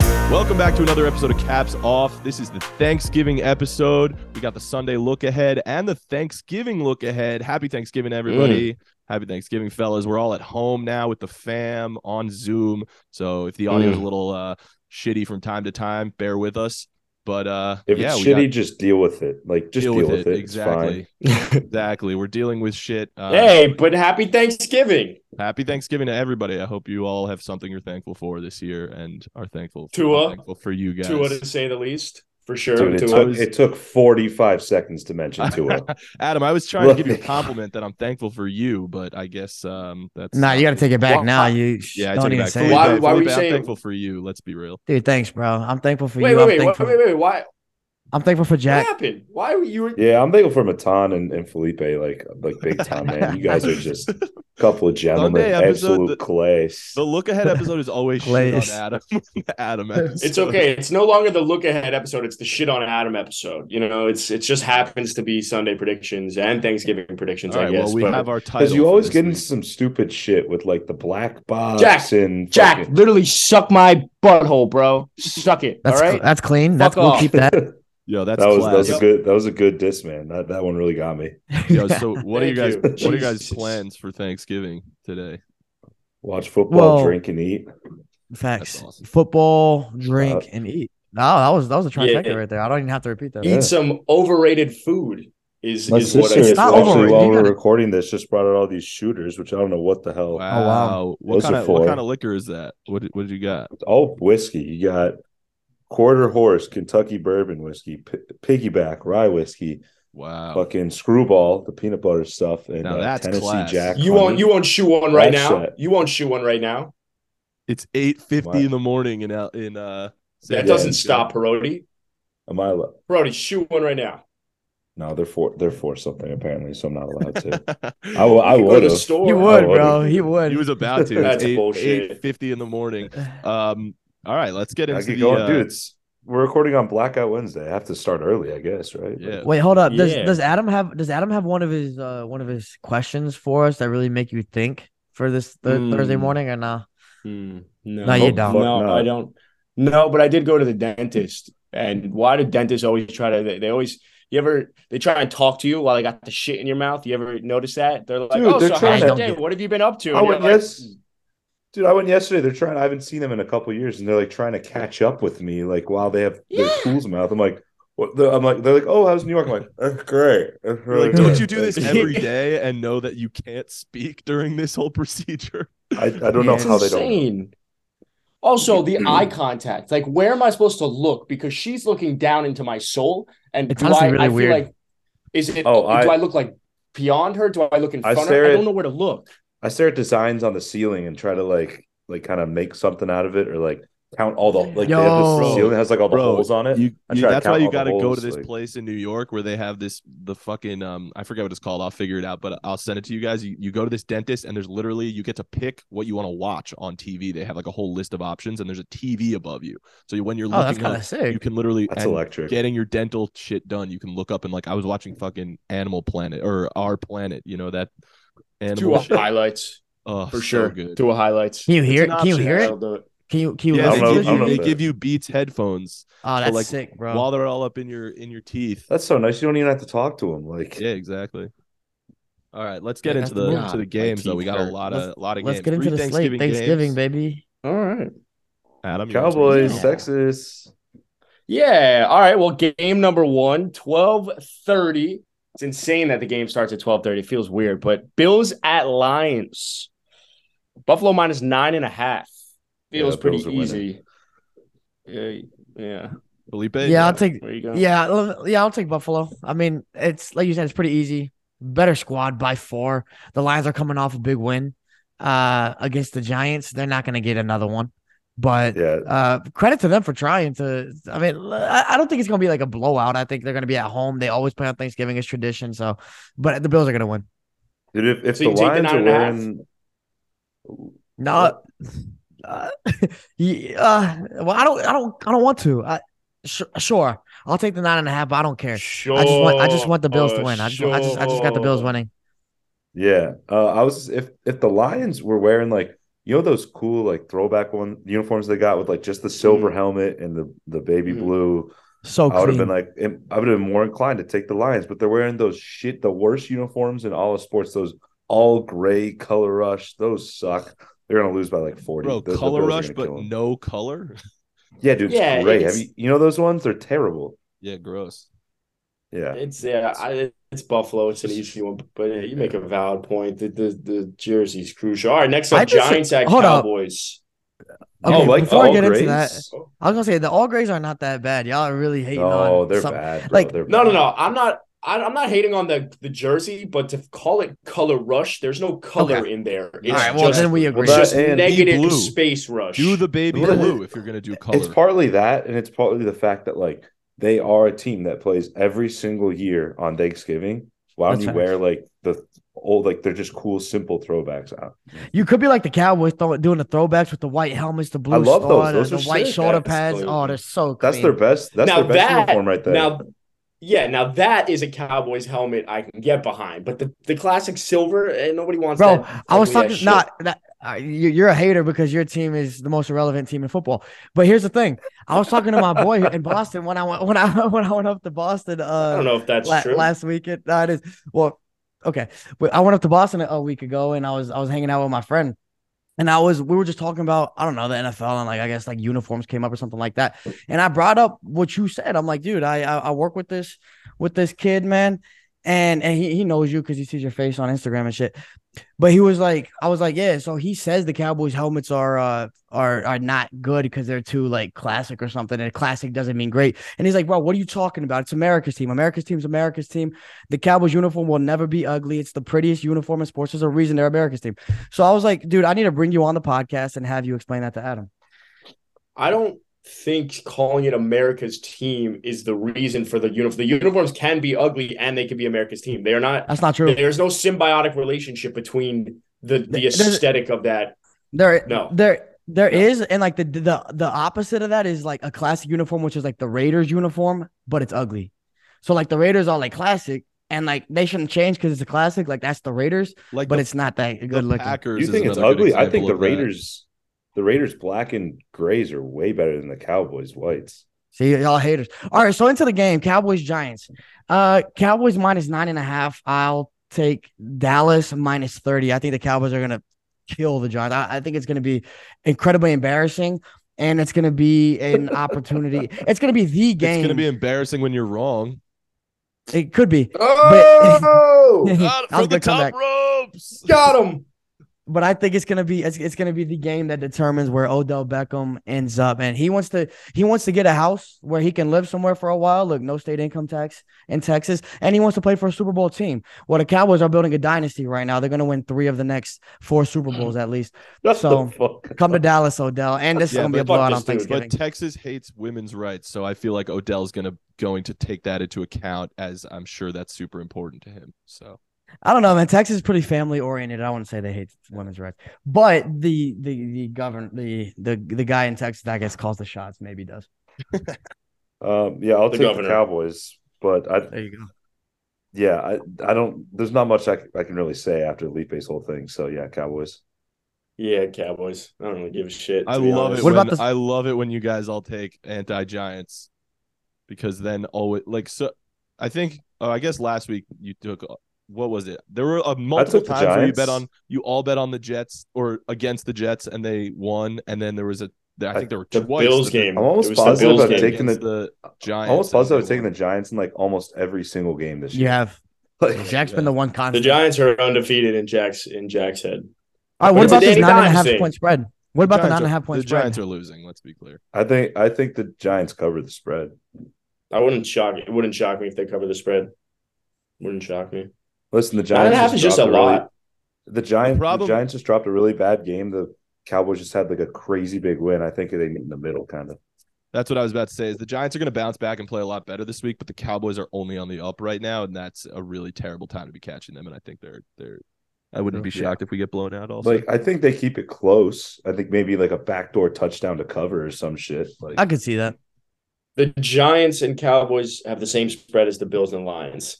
Welcome back to another episode of Caps Off. This is the Thanksgiving episode. We got the Sunday look ahead and the Thanksgiving look ahead. Happy Thanksgiving, everybody. Mm. Happy Thanksgiving, fellas. We're all at home now with the fam on Zoom. So if the Mm. audio's a little uh, shitty from time to time, bear with us. But uh, If yeah, it's we got- shitty, just deal with it. Like, just deal, with, it. Exactly. It's fine. exactly. We're dealing with shit. Uh, hey, but happy Thanksgiving Happy Thanksgiving to everybody. I hope you all have something you're thankful for this year and are thankful Tua. thankful for you guys. to what to say the least, for sure. Dude, it Tua. took, was- it took 45 seconds to mention Tua. Adam, I was trying to give you a Look. compliment that I'm thankful for you, but I guess um that's Nah, you got to take it back Why- now. You sh- yeah, I take don't it even back. say Felipe, Why- it. why were you Felipe, I'm saying- thankful for you. Let's be real. Dude, thanks, bro. I'm thankful for wait, you. wait, I'm wait, wait, thankful. wait, wait, Why? I'm thankful for What Jack. happened? Why were you? yeah, I'm thankful for Matan and, and Felipe, like, like big time, man. You guys are just a couple of gentlemen, Sunday episode, absolute the- clay. The look ahead episode is always shit on Place. Adam. Adam, It's episode. okay. It's no longer the look ahead episode. It's the shit on Adam episode. You know, it's it just happens to be Sunday predictions and Thanksgiving predictions. All I right, guess. well, we but- have our title. Because you for always this get into week. some stupid shit with like the black box Jack, and Jack, fucking- literally suck my butthole, bro. Suck it. That's all right. that's clean. Fuck That's we'll off. keep that. Yo, that's that was that class. was a good that was a good diss, man. That that one really got me. Yo, so what are you guys? Thank you. What are you guys Jesus. plans for Thanksgiving today? Watch football, Well, drink and eat. Facts. awesome. Football, drink, and eat. No, that was that was a Yeah. trifecta right there. I don't even have to repeat that. Eat some overrated food. Is My is what I sister, just Not watched. actually, overrated. while You we're gotta- recording this, just brought out all these shooters, which I don't know what the hell. Wow. oh, What Oh, Those kind are of what four. kind of liquor is that? What did- what did you got? All Oh, whiskey. You got quarter horse, Kentucky bourbon whiskey, p- piggyback rye whiskey, Wow. fucking screwball, the peanut butter stuff, and Oh. Now uh, that's Tennessee class. Jack. You honey. won't you won't shoe one right That now. shit. You won't shoe one right now. It's eight fifty Wow. in the morning in L- in uh. San That Yeah. doesn't Francisco. stop Parodi. Am I? allo- Brody, shoot one right now. No, they're for they're for something apparently, so I'm not allowed to. I will. I You go would to the have. store. You I would, would. bro. He would. he was about to. That's It's eight- bullshit. 8:50 in the morning. Um. All right, let's get I into could the. go on, uh, dude. It's we're recording on Blackout Wednesday. I have to start early, I guess, right? Yeah. Wait, hold up. Does Yeah. does Adam have does Adam have one of his uh one of his questions for us that really make you think for this th- Thursday Mm. morning or nah? Hmm, no, No, you don't. No, Fuck no. I don't. No, but I did go to the dentist. And why do dentists always try to? They, they always. You ever? They try and talk to you while they got the shit in your mouth. You ever notice that? They're like, Dude, "Oh, they're so trying how's to- your day? What have you been up to?" I And you're went like, yes. Dude, I went yesterday. They're trying. I haven't seen them in a couple years, and they're like trying to catch up with me. Like while they have their Yeah. tools in my mouth, I'm like, what the, I'm like, they're like, oh, how's New York? I'm like, that's great. That's You're really like, don't good. you do this Thank you." every day and know that you can't speak during this whole procedure? I, I don't know Yeah. It's how they don't. Mm-hmm. insane. Also, the eye contact. Like, where am I supposed to look? Because she's looking down into my soul, and It's do honestly I, really I feel weird. like, is it? Oh, do I- I, look like beyond her? Do I look in I front of stare her? I at- don't know where to look. I stare at designs on the ceiling and try to like, like, kind of make something out of it, or like count all the like. They have this Yo. ceiling that has like all the Bro, holes on it. You, I you- try to that's why count you all the got to go to holes, this like- place in New York where they have this the fucking um I forget what it's called. I'll figure it out, but I'll send it to you guys. You, you go to this dentist and there's literally you get to pick what you want to watch on TV. They have like a whole list of options and there's a TV above you. So you, when you're Oh, that's looking kind up, of sick. you can literally That's and electric. getting your dental shit done. You can look up and like I was watching fucking Animal Planet or Our Planet. You know that Two animal shit. highlights Oh, for so sure. good. Two highlights. Can you hear it? an Can you option. hear it? I'll do it. Can you can you Yeah, I they, don't give know- listen to it? I don't you, know they if give that- you Beats headphones Oh, that's like, sick, bro. while they're all up in your in your teeth. That's so nice. You don't even have to talk to them. Like, Yeah, exactly. All right, let's Yeah, get into that's the the move. to the God, games my though. We teeth got a hurt. lot of lot of Let's games. get into Three the slate. games. Thanksgiving, baby. All right. Adam, you wanna take Cowboys, this? Yeah. Texas. Yeah. All right. Well, game number one, 1230. It's insane that the game starts at 1230. It feels weird, but Bills at Lions. Buffalo minus nine and a half. Feels Yeah, pretty Bills are winning. easy. Yeah. Yeah. Felipe. Yeah, I'll take Where you go? yeah, I'll- yeah, I'll take Buffalo. I mean, it's like you said, it's pretty easy. Better squad by four. The Lions are coming off a big win uh against the Giants. They're not gonna get another one. But Yeah, uh credit to them for trying to I mean, l- I I don't think it's gonna be like a blowout. I think they're gonna be at home. They always play on Thanksgiving, it's tradition. So but the Bills are gonna win. dude. If, if So the you take the Lions nine are and a half? wearing, No, uh, ye- uh, well, I don't, I don't, I don't want to. I, sh- sure, I'll take the nine and a half, but I don't care. Sure. I just want, I just want the Bills to win. I just, I just, I just got the Bills sure. winning. yeah. Uh, I was if if the Lions were wearing like You know those cool like throwback one uniforms they got with like just the Mm-hmm. silver helmet and the the baby Mm. blue. So I would have Oh, clean. been like, I would have been more inclined to take the Lions, but they're wearing those shit, the worst uniforms in all of sports. Those all gray color rush. Those suck. They're gonna lose by like forty. Bro, The- the color Bills are rush, gonna but kill 'em. no color. yeah, dude, it's Yeah, gray. it's- Have you, you know those ones? They're terrible. yeah, gross. Yeah, It's yeah, I, it's Buffalo. It's an easy one, but yeah, you make a valid point. The the, the jersey's crucial. All right, next I up, just- Giants at hold up. Cowboys. Okay, Oh, like before I all get into grays? that, I was gonna say the all grays are not that bad. Y'all are really hating No, on Oh, they're some- bad. Bro. like- they're No, no, bad. no. I'm not. I, I'm not hating on the the jersey, but to call it color rush, there's no color in there. It's All right, well just, then we Well, agree. it's just that and negative blue. space rush. Do the baby Yeah. blue if you're gonna do color. It's partly that, and it's partly the fact that like they are a team that plays every single year on Thanksgiving. Why don't That's you facts. wear like the old like they're just cool, simple throwbacks out? you could be like the Cowboys throwing, doing the throwbacks with the white helmets, the blue love star, those. the- Those are the, white sick. shoulder That's pads. clean. Oh, they're so clean. That's their best. That's Now their best that- uniform right there. Now, yeah, now that is a Cowboys helmet I can get behind, but the, the classic silver, eh, nobody wants bro. that. I was ugly-ass talking not that. Uh, you- you're a hater because your team is the most irrelevant team in football. But here's the thing: I was talking to my boy in Boston when I went when I when I went up to Boston. shit. I Uh, don't know if that's la- true. last weekend. No, it is. Well, okay. But I went up to Boston a- a week ago, and I was I was hanging out with my friend, and I was we were just talking about I don't know the NFL and like I guess like uniforms came up or something like that, and I brought up what you said. I'm like, dude, I I, I work with this with this kid, man. And, and he, he knows you because he sees your face on Instagram and shit. But he was like, I was like, yeah. So he says the Cowboys helmets are uh are are not good because they're too like classic or something, and classic doesn't mean great. And he's like, bro, what are you talking about? It's America's team. America's team's America's team. The Cowboys uniform will never be ugly. It's the prettiest uniform in sports. There's a reason they're America's team. So I was like, dude, I need to bring you on the podcast and have you explain that to Adam. I don't think calling it America's team is the reason for the uniform. The uniforms can be ugly and they can be America's team. They are not. That's not true. There's no symbiotic relationship between the the There's- aesthetic of that. There, No. there, there No. is, and like the the the opposite of that is like a classic uniform, which is like the Raiders uniform, but it's ugly. So like the Raiders are like classic, and like they shouldn't change because it's a classic. Like that's the Raiders, like but the- it's not that the good looking. Packers you is think it's another good ugly? I example think the of that. Raiders, the Raiders black and grays are way better than the Cowboys whites. See, y'all haters. All right, so into the game, Cowboys Giants. Uh, Cowboys minus nine and a half. I'll take Dallas minus thirty. I think the Cowboys are gonna kill the Giants. I, I think it's gonna be incredibly embarrassing, and it's gonna be an opportunity. It's gonna be the game. It's gonna be embarrassing when you're wrong. It could be. Oh, God, That was from a the good top comeback. ropes. got him. but I think it's gonna be it's, it's gonna be the game that determines where Odell Beckham ends up. And he wants to he wants to get a house where he can live somewhere for a while. Look, no state income tax in Texas, and he wants to play for a Super Bowl team. Well, the Cowboys are building a dynasty right now. They're gonna win three of the next four Super Hmm. Bowls at least. That's So, the fuck. Come to Dallas, Odell, and this Yeah, is gonna be but a fuck blowout on this dude, Thanksgiving. But Texas hates women's rights, so I feel like Odell's gonna going to take that into account as I'm sure that's super important to him. So I don't know, man. Texas is pretty family oriented. I wouldn't say they hate women's rights, but the the the govern the the the guy in Texas that I guess calls the shots maybe does. Um, yeah, I'll The take governor. the Cowboys, but I, There you go. yeah, I, I don't. There's not much I, c- I can really say after Felipe's whole thing. So yeah, Cowboys. Yeah, Cowboys. I don't really give a shit. to I be love honest. it. What when, about this- I love it when you guys all take anti Giants because then always like so. I think oh, I guess last week you took what was it? There were uh, multiple took the times where you Giants. bet on you all bet on the Jets or against the Jets and they won, and then there was a I think there were The twice Bills that the- game. I'm almost It was the positive Bills I've game. taken against the- the Giants. I almost and positive they I was taking won. the Giants in like almost every single game this You year. have Like, Jack's been Yeah. the one The constant. Giants are undefeated in Jack's in Jack's head. All right, what It's about a this Danny nine and a half Dimes point spread? What about the Giants nine and a are- half point The spread? Giants are losing. Let's be clear. I think I think the Giants covered the spread. I wouldn't shock it wouldn't shock me if they cover the spread. Wouldn't shock me. Listen, the Nine and Giants a half is just a dropped really- lot. the Giants The problem- the Giants just dropped a really bad game. The Cowboys just had like a crazy big win. I think they meet in the middle, kind of. That's what I was about to say. Is the Giants are going to bounce back and play a lot better this week, but the Cowboys are only on the up right now, and that's a really terrible time to be catching them. And I think they're they're. I wouldn't be Yeah. shocked if we get blown out. Also, Like I think they keep it close. I think maybe like a backdoor touchdown to cover or some shit. Like I could see that. The Giants and Cowboys have the same spread as the Bills and Lions.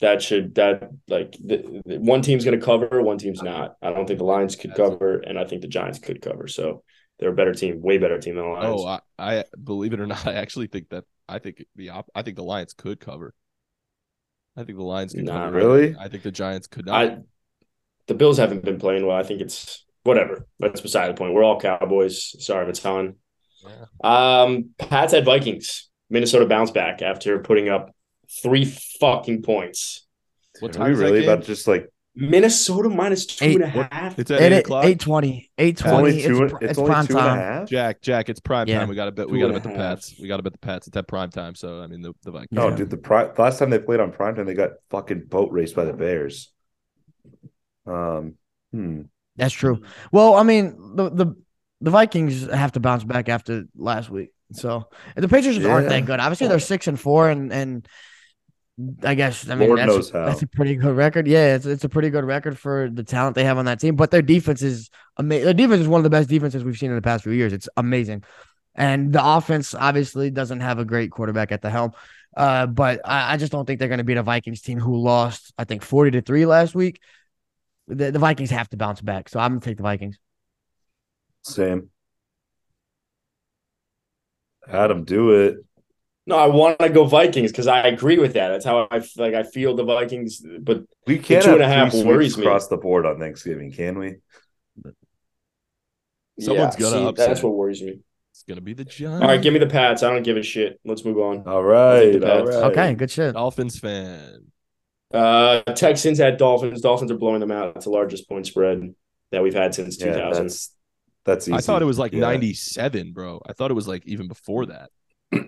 that should that like the, the- one team's going to cover, one team's not. I don't think the Lions could cover, and I think the Giants could cover. So they're a better team, way better team than the Lions. Oh, I, I believe it or not, I actually think that I think the op- I think the Lions could cover. I think the Lions could Nah. cover. Really? I think the Giants could not. I the Bills haven't been playing well. I think it's whatever. That's beside the point. We're all Cowboys. Sorry, Matan. Um, Pats at Vikings. Minnesota bounce back after putting up three fucking points. what Are we time is that really game? about to just like Minnesota minus two Eight. and a half. It's It at is eight o'clock. 820. it's only 820. two? It's, It's, pr- it's, only prime two and a time. half. Jack, Jack, it's prime Yeah. time. We got to bet. Two We got to and bet a the half. Pats. We got to bet the Pats. It's at prime time. So I mean the the Vikings. No, Yeah. Oh, dude, the, pri- the last time they played on primetime, they got fucking boat raced by the Bears. Um, hmm. That's true. Well, I mean, the, the the Vikings have to bounce back after last week. So and the Patriots aren't Yeah. that good. Obviously, they're six and four, and and I guess I mean Lord that's, knows how. that's a pretty good record. Yeah, it's, it's a pretty good record for the talent they have on that team. But their defense is amazing. Their defense is one of the best defenses we've seen in the past few years. It's amazing, and the offense obviously doesn't have a great quarterback at the helm. Uh, but I, I just don't think they're going to beat a Vikings team who lost, I think, 40 to 3 last week. The, the Vikings have to bounce back. So I'm going to take the Vikings. Same. Adam, do it. No, I want to go Vikings because I agree with that. That's how I f- like. I feel the Vikings, but We can't two have and a half three sweeps worries me. across the board on Thanksgiving, can we? Someone's yeah, gonna see, upset. That's what worries me. It's gonna be the Giants. All right, give me the Pats. I don't give a shit. Let's move on. All right, the all Pats. right. Okay, good shit. Dolphins fan. Uh, Texans at Dolphins. Dolphins are blowing them out. It's the largest point spread that we've had since Yeah, 2000. that's that's easy. I thought it was like Yeah. 97, bro. I thought it was like even before that.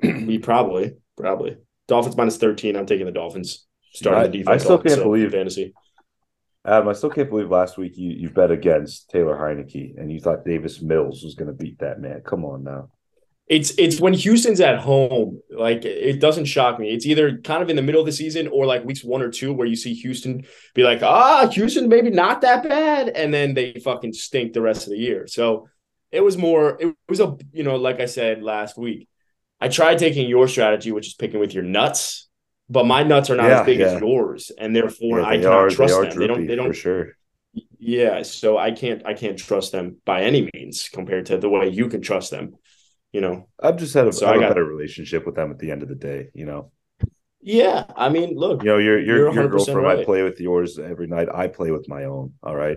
we probably, probably. Dolphins minus 13. I'm taking the Dolphins. I- Starting the defense. I still can't also in believe- fantasy. Adam, I still can't believe last week you, you bet against Taylor Heineke and you thought Davis Mills was going to beat that man. Come on now. It's it's when Houston's at home, like it doesn't shock me. It's either kind of in the middle of the season or like weeks one or two where you see Houston be like, ah, Houston maybe not that bad, and then they fucking stink the rest of the year. So it was more, it was a you know, like I said last week, I tried taking your strategy, which is picking with your nuts, but my nuts are not Yeah, as big yeah. as yours, and therefore Yeah, I they cannot are- trust they are them. They don't droopy they for don't sure. Yeah, so I can't I can't trust them by any means compared to the way you can trust them. You know. I've just had a, So have I a got- better relationship with them at the end of the day. You know, Yeah, I mean, look, you know your your, You're your 100% girlfriend right. might play with yours every night. I play with my own. All right.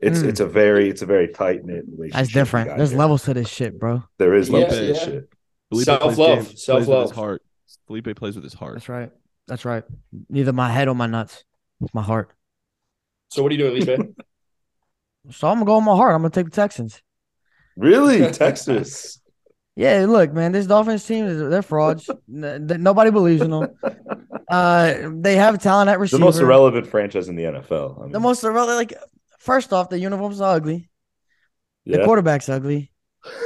It's Mm. it's Hmm. a very it's a very tight knit relationship. That's we different. got There's here. levels to this shit, bro. There is Yeah, levels to this yeah. shit. Felipe plays Self-love. games- plays with his Self-love. heart. Felipe plays with his heart. That's right. That's right. Neither my head or my nuts. It's my heart. So what are you doing, Lipe? So I'm going to go with my heart. I'm going to take the Texans. Really, Texas. Yeah, look, man, this Dolphins team is they're frauds. N- th- Nobody believes in them. Uh, they have talent at the receiver. most irrelevant franchant in the NFL. I mean, The most irrelevant. Like, first off, the uniforms are ugly. The yeah, quarterback's ugly.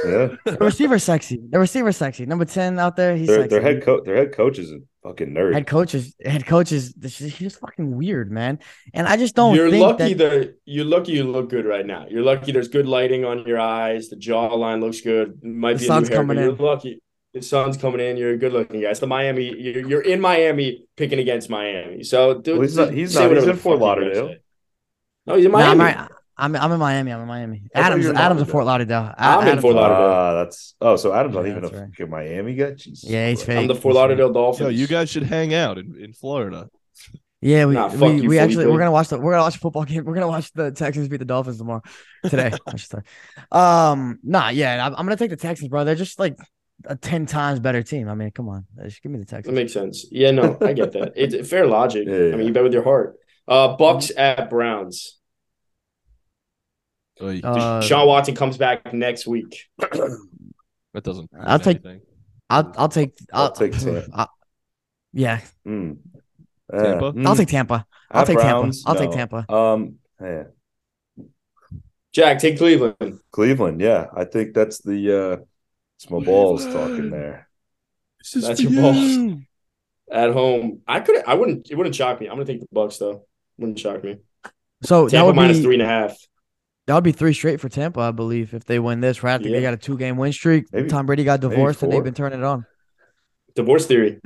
yeah. The receiver's sexy. The receiver's sexy. Number ten out there, he's Their, sexy. their head coach, their head coach is a fucking nerd. head coaches, head coaches. This is he's fucking weird, man. And I just don't. you're think lucky that- that you're lucky you look good right now. You're lucky there's good lighting on your eyes, the jawline looks good. Might The be sun's a new haircut. coming in. You're lucky. The sun's coming in. You're a good looking guy. It's the Miami. You're, you're in Miami picking against Miami. So dude, Well, he's not- he's say not- he's whatever in the Fort fuck you're gonna Lauderdale. say. No, he's in Nah, Miami. I'm, right- I'm I'm in Miami. I'm in Miami. I thought Adams you were in Adams in Lauderdale. Fort Lauderdale. I'm in Adams- Fort Lauderdale. Ah, that's oh, so Adam's not Yeah, even a that's right. fucking Miami guy. Jesus Yeah, he's Christ. fake. I'm the Fort Lauderdale Dolphins. Yo, you guys should hang out in, in Florida. Yeah, we Nah, fuck we, you, we actually Felipe. we're gonna watch the we're gonna watch a football game. We're gonna watch the Texans beat the Dolphins tomorrow today. I should say. Um, nah, yeah, I'm, I'm gonna take the Texans, bro. They're just like a ten times better team. I mean, come on, just give me the That Texans. makes sense. Yeah, no, I get that. It's fair logic. Yeah, yeah. I mean, you bet with your heart. Uh, Bucks at Browns. Oy, Uh, Sean Watson comes back next week. that doesn't. mean I'll take- anything. I'll I'll take I'll I'll, take Tampa. I- yeah, Mm. Tampa? Yeah. I'll Mm. take Tampa. I'll At take Browns? Tampa. I'll No. take Tampa. Um, yeah. Jack, take Cleveland. Cleveland. Yeah, I think that's the. uh It's my balls talking there. This is That's for your balls. you. at home. I could I wouldn't it wouldn't shock me. I'm gonna take the Bucks though. Wouldn't shock me. So that Tampa would minus be three and a half. that would be three straight for Tampa, I believe, if they win this. Right, I think Yeah. they got a two game win streak. Maybe- Tom Brady got maybe divorced, and they've four. been turning it on. Divorce theory.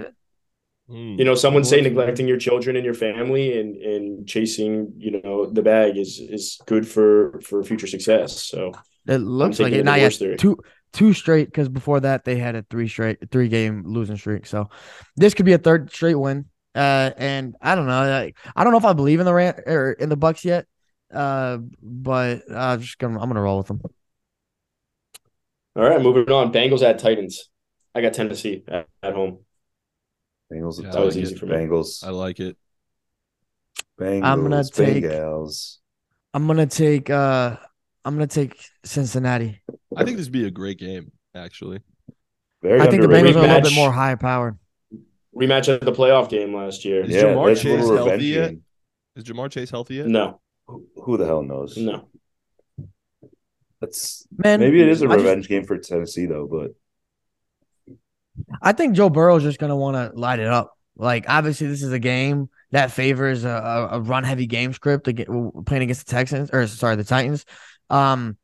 Hmm. You know, someone say Unfortunately. neglecting your children and your family and and chasing, you know, the bag is is good for for future success. So It looks like taking the it. Not yet. divorce theory. Two two straight because before that they had a three straight three game losing streak. So this could be a third straight win. Uh, and I don't know. Like, I don't know if I believe in the rant or in the Bucks yet. Uh, but I'm just gonna I'm gonna roll with them. all right, moving on. Bengals at Titans. I got Tennessee at, at home. Bengals. Yeah, Yeah, that was easy for me. Bengals. I like it. Bengals. I'm gonna take- Bengals. I'm gonna take uh I'm gonna take Cincinnati. I think this would be a great game, actually. Very I think the Bengals underrated. are a little bit Rematch. more high powered. Rematch at the playoff game last year. Is Yeah, Jamar that's a Chase little healthy revenge yet? game. Is Jamar Chase healthy yet? No, Who, who the hell knows? no. That's Man, maybe it is a I just- revenge game for Tennessee though, but I think Joe Burrow's just gonna want to light it up. Like obviously, this is a game that favors a, a, a run-heavy game script against, playing against the Texans or sorry, the Titans. Um,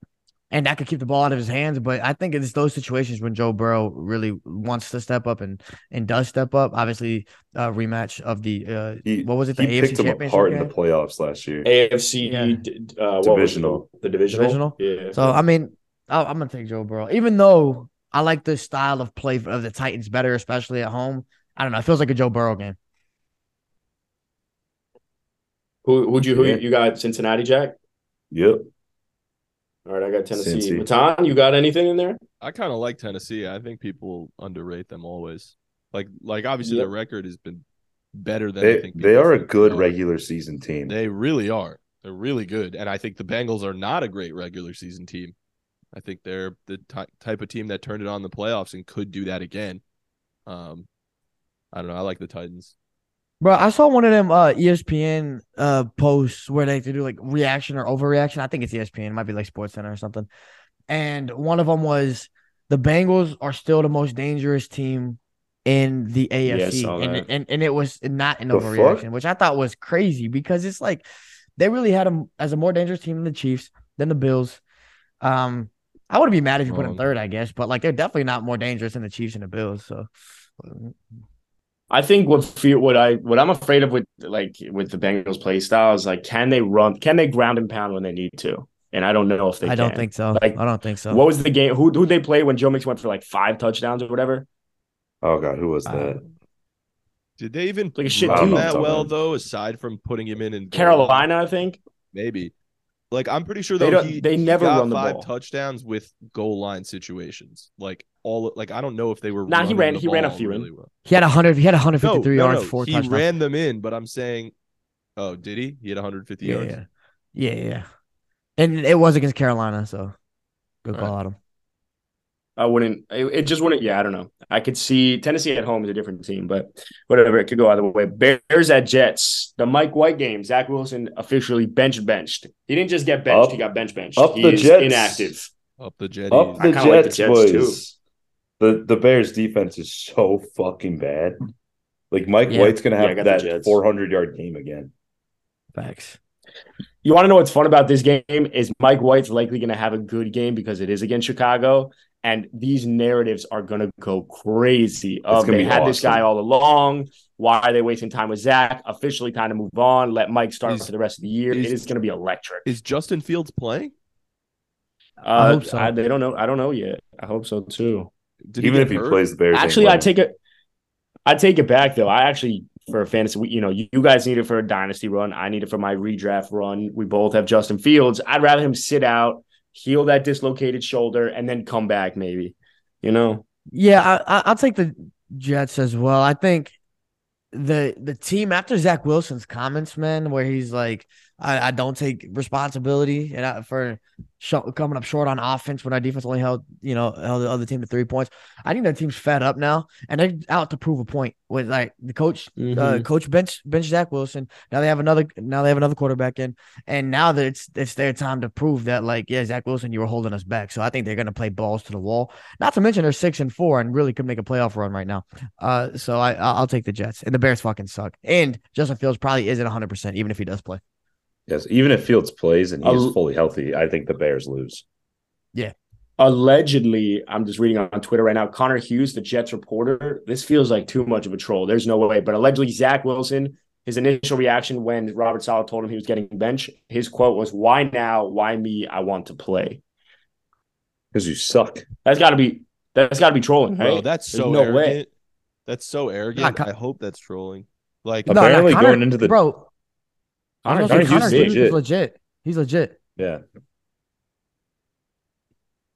and that could keep the ball out of his hands. But I think it's those situations when Joe Burrow really wants to step up and and does step up. Obviously, uh, rematch of the uh, he what was it the he AFC picked them Championship apart in game? the playoffs last year. AFC Yeah. d- uh, what was it? Divisional. the divisional. Divisional? Yeah. So I mean, I, I'm gonna take Joe Burrow, even though I like the style of play of the Titans better, especially at home. I don't know. It feels like a Joe Burrow game. who who'd you who Yeah. you got? Cincinnati, Jack. Yep. All right, I got Tennessee. Cincy. Baton, you got anything in there? I kind of like Tennessee. I think people underrate them always. Like, like obviously Yeah. their record has been better than I They think they people are a think good they regular season team. They really are. They're really good, and I think the Bengals are not a great regular season team. I think they're the ty type of team that turned it on in the playoffs and could do that again. Um, I don't know. I like the Titans. Bro, I saw one of them uh, ESPN uh, posts where they, they do like reaction or overreaction. I think it's E ESPN. It might be like Sports Center or something. And one of them was the Bengals are still the most dangerous team in the I AFC, saw and, that. and and it was not an The fuck? overreaction, which I thought was crazy because it's like they really had them as a more dangerous team than the Chiefs, than the Bills. Um, I wouldn't be mad if you put them Wrong. third, I guess, but like they're definitely not more dangerous than the Chiefs and the Bills. So I think what fear what I what I'm afraid of with like with the Bengals play style is like can they run can they ground and pound when they need to? And I don't know if they I don't can. think so. Like, I don't think so. What was the game? Who who they play when Joe Mix went for like five touchdowns or whatever? Oh god, who was Uh, that? Did they even Like a shit run team. that well Something. though? Aside from putting him in in goal line? Carolina, I think. maybe. Like I'm pretty sure They though don't- he, they he never got run the five ball. touchdowns with goal line situations. Like all like I don't know if they were. Nah, he running ran- the he ran a ball few in. really well. He had 100. He had 153 no, no, yards, no. four he touchdowns. ran them in, but I'm saying, oh, did he? He had 150 yeah, yards. yeah, yeah, yeah. And it was against Carolina, so good Right. call Adam. I Uh, wouldn't. It, it just wouldn't. Yeah, I don't know. I could see Tennessee at home is a different team, but whatever. It could go either way. Bears at Jets. The Mike White game. Zach Wilson officially bench benched. He didn't just get benched. Up- he got bench benched. up he the is Jets. inactive. Up the jetty. Up I the kinda like the Jets, Jets, boys. too. The the Bears defense is so fucking bad. Like Mike Yeah. White's gonna Yeah, I have got the that Jets. 400 yard game again. Facts. You want to know what's fun about this game is Mike White's likely going to have a good game because it is against Chicago, and these narratives are going to go crazy. Of gonna they be had this awesome. guy all along. Why are they wasting time with Zach? Officially, time to move on. Let Mike start Is- for the rest of the year. is- it is going to be electric. Is Justin Fields playing? Uh, I hope so. they don't know. I don't know yet. I hope so too. Did Even get if he hurt? plays the Bears, ain't Actually, I winning. take it. I take it back though. I actually for a fantasy, we- you know, you you guys need it for a dynasty run. I need it for my redraft run. We both have Justin Fields. I'd rather him sit out, heal that dislocated shoulder, and then come back maybe. You know, Yeah, I, I, I'll take the Jets as well. I think the the team after Zach Wilson's comments, man, where he's like, "I, I don't take responsibility and I, for sho- coming up short on offense when our defense only held you know held the other team to three points." I think that team's fed up now, and they're out to prove a point. With like the coach uh, Mm-hmm. coach bench bench Zach Wilson. Now they have another now they have another quarterback in, and now that it's it's their time to prove that like yeah Zach Wilson you were holding us back. So I think they're gonna play balls to the wall. Not to mention they're six and four and really could make a playoff run right now. Uh, so I I- I'll take the Jets and the Bears fucking suck. And Justin Fields probably isn't hundred percent even if he does play. yes. Even if Fields plays and he's I'll- fully healthy, I think the Bears lose. allegedly, I'm just reading on Twitter right now, Connor Hughes, the Jets reporter, this feels like too much of a troll. There's no way. But allegedly, Zach Wilson, his initial reaction when Robert Sala told him he was getting bench, his quote was, Why now? Why me? I want to play. because you suck. That's gotta be that's gotta be trolling, right? Bro, that's There's so no arrogant. way. That's so arrogant. Con- I hope that's trolling. Like No, no, Apparently Connor- going into the- bro. Connor, Connor, Connor Connor Hughes Hughes is Hughes is legit. He's legit. Yeah,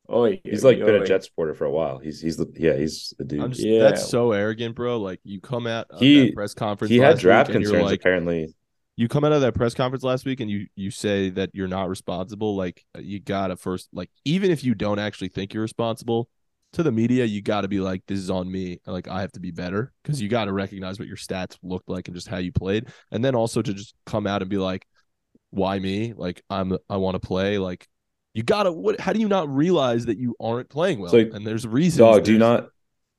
Oh, he's like been a Jets supporter for a while. He's he's the yeah he's the I'm dude. just, Yeah. that's so arrogant, bro. Like you come out of He- that press conference. He had last draft week and you're concerns Like, apparently. you come out of that press conference last week and you you say that you're not responsible. Like uh, you gotta first like even if you don't actually think you're responsible to the media, you gotta be like this is on me. Like I have to be better because you gotta recognize what your stats looked like and just how you played, and then also to just come out and be like, why me? Like I'm I want to play like. You gotta. What? How do you not realize that you aren't playing well? like, and there's reasons. Dog, do you there's- not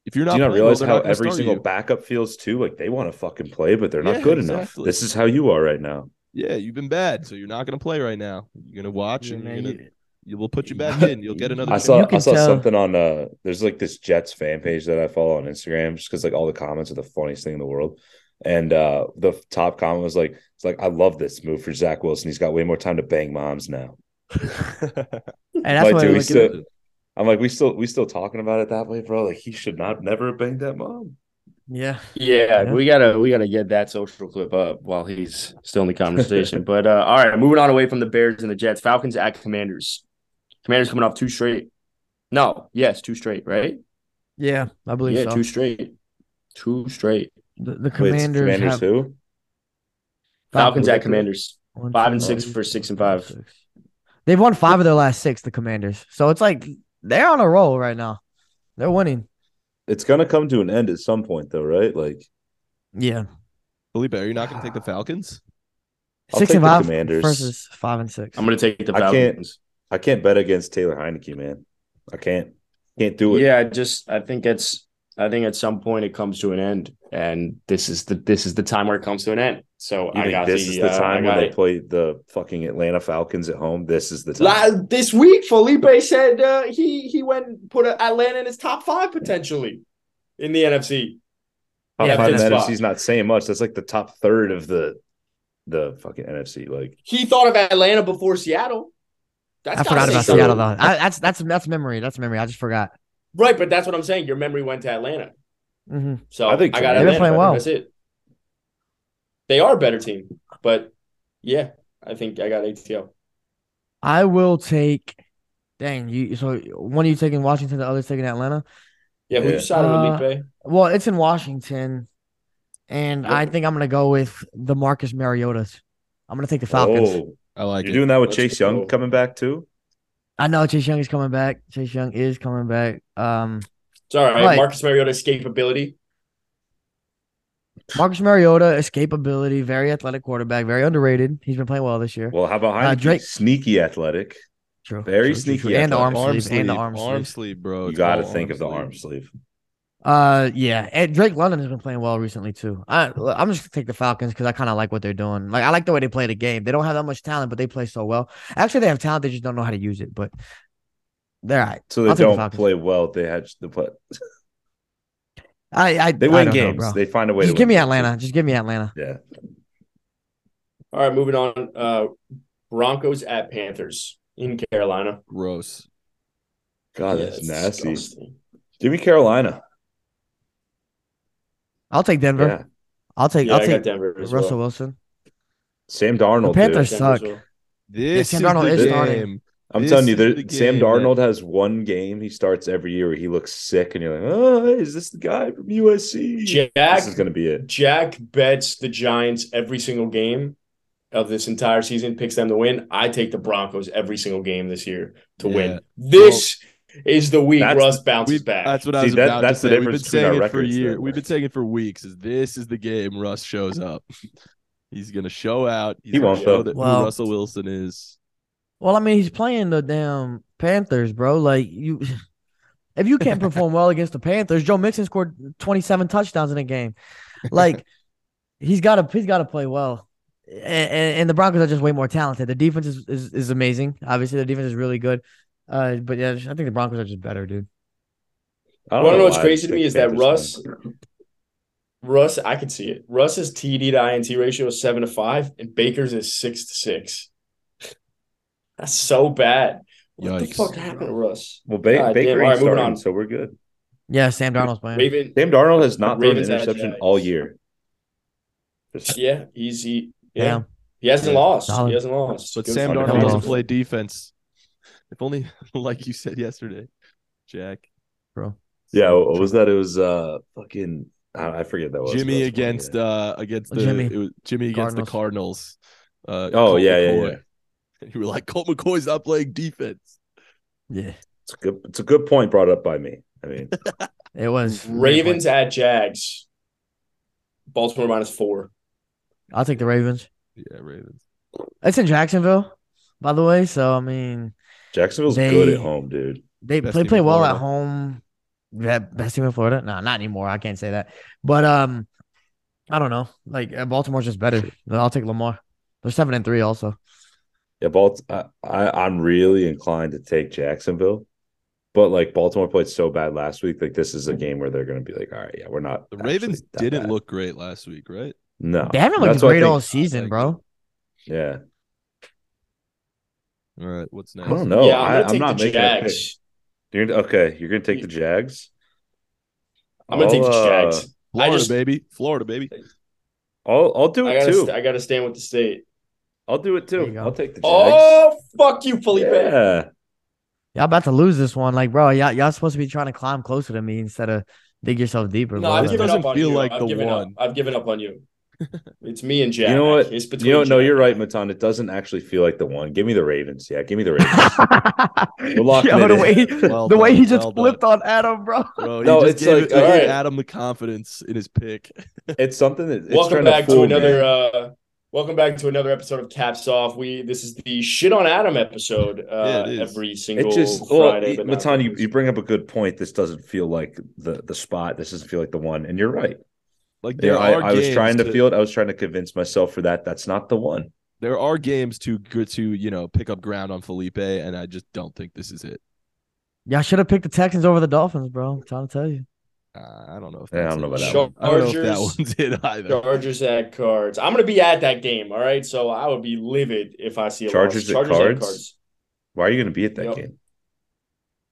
If you're not, do you playing not well, realize they're how not gonna every start single you. backup feels too? Like they want to fucking play, but they're not Yeah, good exactly. enough. This is how you are right now. Yeah, you've been bad, so you're not gonna play right now. You're gonna watch, and you're gonna, you will put you back in. You'll get another. I chance. saw You I can saw tell- something on uh there's like this Jets fan page that I follow on Instagram just because like all the comments are the funniest thing in the world. And uh the top comment was like it's like I love this move for Zach Wilson. He's got way more time to bang moms now. And that's Like, what dude, it we was- still- I'm like, we still we still talking about it that way, bro. Like he should not never have banged that mom. Yeah. Yeah, Yeah. we gotta we gotta get that social clip up while he's still in the conversation. but uh, all right, moving on away from the Bears and the Jets, Falcons at Commanders. Commanders coming off two straight. No, yes, two straight, right? Yeah. I believe Yeah, so. two straight, two straight. The, the Wait, it's commanders, commanders have who? Falcons at Falcons. Commanders. One, Five two, and six three, for six and four, five. six. They've won five of their last six, the Commanders. So it's like they're on a roll right now. They're winning. It's gonna come to an end at some point though, right? Like Yeah. Felipe, are you not gonna take the Falcons? I'll six take and the five Commanders. versus five and six. I'm gonna take the I can't- Falcons. I can't bet against Taylor Heineke, man. I can't can't do it. Yeah, I just I think it's I think at some point it comes to an end, and this is the this is the time where it comes to an end. So You I think got this the, is the uh, time I got when they it. play the fucking Atlanta Falcons at home? This is the time. La- this week, Felipe said uh, he he went and put uh, Atlanta in his top five potentially in the NFC. Top Yeah, five in that's the why. NFC's not saying much. That's like the top third of the the fucking NFC. Like He thought of Atlanta before Seattle. That's I gotta forgot say about something. Seattle though. I, that's that's that's memory. That's memory. I just forgot. Right, but that's what I'm saying. Your memory went to Atlanta, hmm so I I think think I got they've been Atlanta. playing well. That's it. They are a better team, but yeah, I think I got ATL. I will take. Dang you. So one of you taking Washington, the other's taking Atlanta. Yeah, who Yeah. you signing, Uh, Felipe? Well, it's in Washington, and I think I'm gonna go with the Marcus Mariotas. I'm gonna take the Falcons. oh, I like you're it. doing that with Let's Chase go. Young coming back too. I know Chase Young is coming back. Chase Young is coming back. Um, It's all right. Like- Marcus Mariota escapability. Marcus Mariota, escapability, very athletic quarterback, very underrated. He's been playing well this year. Well, how about Heineke? Uh, Drake- Sneaky athletic. True. Very true, true, true. sneaky And the athletic. arm, sleeve, and the arm, sleeve. bro. you It's got to all think arm of the sleeve. arm sleeve. Uh, yeah. And Drake London has been playing well recently too. I I'm just gonna take the Falcons because I kind of like what they're doing. Like I like the way they play the game. They don't have that much talent, but they play so well. Actually, they have talent. They just don't know how to use it. But they're all right. So they I'll take the don't Falcons. play well. They had the play. I I They I win don't know, games. bro. they find a way. just to give win me games. Atlanta. Just give me Atlanta. Yeah, All right, moving on. Uh, Broncos at Panthers in Carolina. Gross. God, Yeah, Oh, that's it's nasty. disgusting. Give me Carolina. I'll take Denver. Yeah, I'll take Yeah, I'll I got take Denver as Russell well. Wilson. Sam Darnold. The dude. Panthers Denver as suck. well. This Sam is Darnold the is starting. game. I'm This telling you, is there, the Sam game Darnold that- has one game he starts every year where he looks sick, and you're like, oh, is this the guy from USC? this is Jack going to be it. Jack bets the Giants every single game of this entire season, picks them to win. I take the Broncos every single game this year to Yeah. win. This is the week That's- Russ bounces We- back. that's what I See, was that- about that's to say. the We've difference been between our saying it for records, years. though. We've been saying it for weeks. Is this is the game Russ shows up? He's gonna show out. He's He gonna won't, show though. that who Well- Russell Wilson is. Well, I mean, he's playing the damn Panthers, bro. Like you, if you can't perform well against the Panthers, Joe Mixon scored twenty seven touchdowns in a game. Like he's got to he's got to play well. And, and, the Broncos are just way more talented. The defense is, is, is amazing. Obviously, the defense is really good. Uh, but yeah, I think the Broncos are just better, dude. I I want to know what's why I crazy to picked me is that Panthers Russ, win. Russ, I can see it. Russ's TD to INT ratio is seven to five, and Baker's is six to six. That's so bad. What the Yikes. fuck happened to Russ? Well, ba- God damn, Baker all right, ain't moving starting, on. so we're good. Yeah, Sam Darnold's playing. Raven, Sam Darnold has not thrown an Ravens had interception Jags. all year. Just- yeah, easy. Yeah, Damn. he hasn't Yeah. lost. Solid. He hasn't lost. But Good Sam for fucking Darnold doesn't Dolphins. play defense. If only, like you said yesterday, Jack. Bro. Yeah, what was that? It was uh fucking I I forget that was but Jimmy that's funny, against yeah. uh against the Jimmy. it was Jimmy against the Cardinals. Uh, Oh, yeah, yeah, yeah. And you were like, Colt McCoy's not playing defense. Yeah, it's a good it's a good point brought up by me. I mean, it was Ravens at Jags. Baltimore minus four. I'll take the Ravens. Yeah, Ravens. It's in Jacksonville, by the way. So I mean, Jacksonville's They- good at home, dude. they Best play team play in well Florida. at home. Yeah, best team in Florida. No, not anymore. I can't say that. But um, I don't know. Like uh, Baltimore's just better. I'll take Lamar. They're seven and three. Also, Yeah, Balt I, I I'm really inclined to take Jacksonville. But like Baltimore played so bad last week, like this is a game where they're going to be like, all right, yeah, we're not. The actually Ravens that didn't bad." look great last week, right? No, they haven't looked That's why I great think- all season, like bro. Yeah, All right, what's next? I don't know. yeah, I'm I, gonna I'm take not the making a pick. Jags. You're gonna, okay, you're gonna take the Jags. I'm gonna take the I'll, uh, Jags. I Florida, just- baby. Florida, baby. I'll I'll do I it gotta, too. st- I gotta stand with the state. I'll do it There you too. go. I'll take the Jags. Oh fuck you, Felipe. yeah. Y'all about to lose this one. Like, bro, y'all, y'all supposed to be trying to climb closer to me instead of dig yourself deeper. No, bro. I've This Like, given doesn't up on feel you. like I've the given one. Up. I've given up on you. It's me and Jack. You know what? It's between You know, no, Jack. you're right, Matana. It doesn't actually feel like the one. Give me the Ravens. Yeah, give me the Ravens. We're locked Yo, in. the way, Well the way done, he just well done. flipped on Adam, bro. Bro, he No, just it's gave, like, I gave all right. Adam the confidence in his pick. it's something that it's welcome trying to back to, fool me. another. Uh, welcome back to another episode of Caps Off. We this is the shit on Adam episode. Uh, Yeah, it is. every It single just well, Friday. but not Matan, you, Thursday. you bring up a good point. This doesn't feel like the the spot. This doesn't feel like the one. And you're right. Like there There, I, are I was games trying to, feel it. I was trying to convince myself for that. That's not the one. there are games to good to, you know, pick up ground on Felipe, and I just don't think this is it. Y'all should have picked the Texans over the Dolphins, bro. I'm trying to tell you. Uh, I don't know if Yeah, I that's don't know it. about that one. I don't know if that Chargers- one's it either. Chargers at Cards. I'm gonna be at that game. All right, so I would be livid if I see a Chargers at loss. Cards? Why are you going to be at that Yep. game?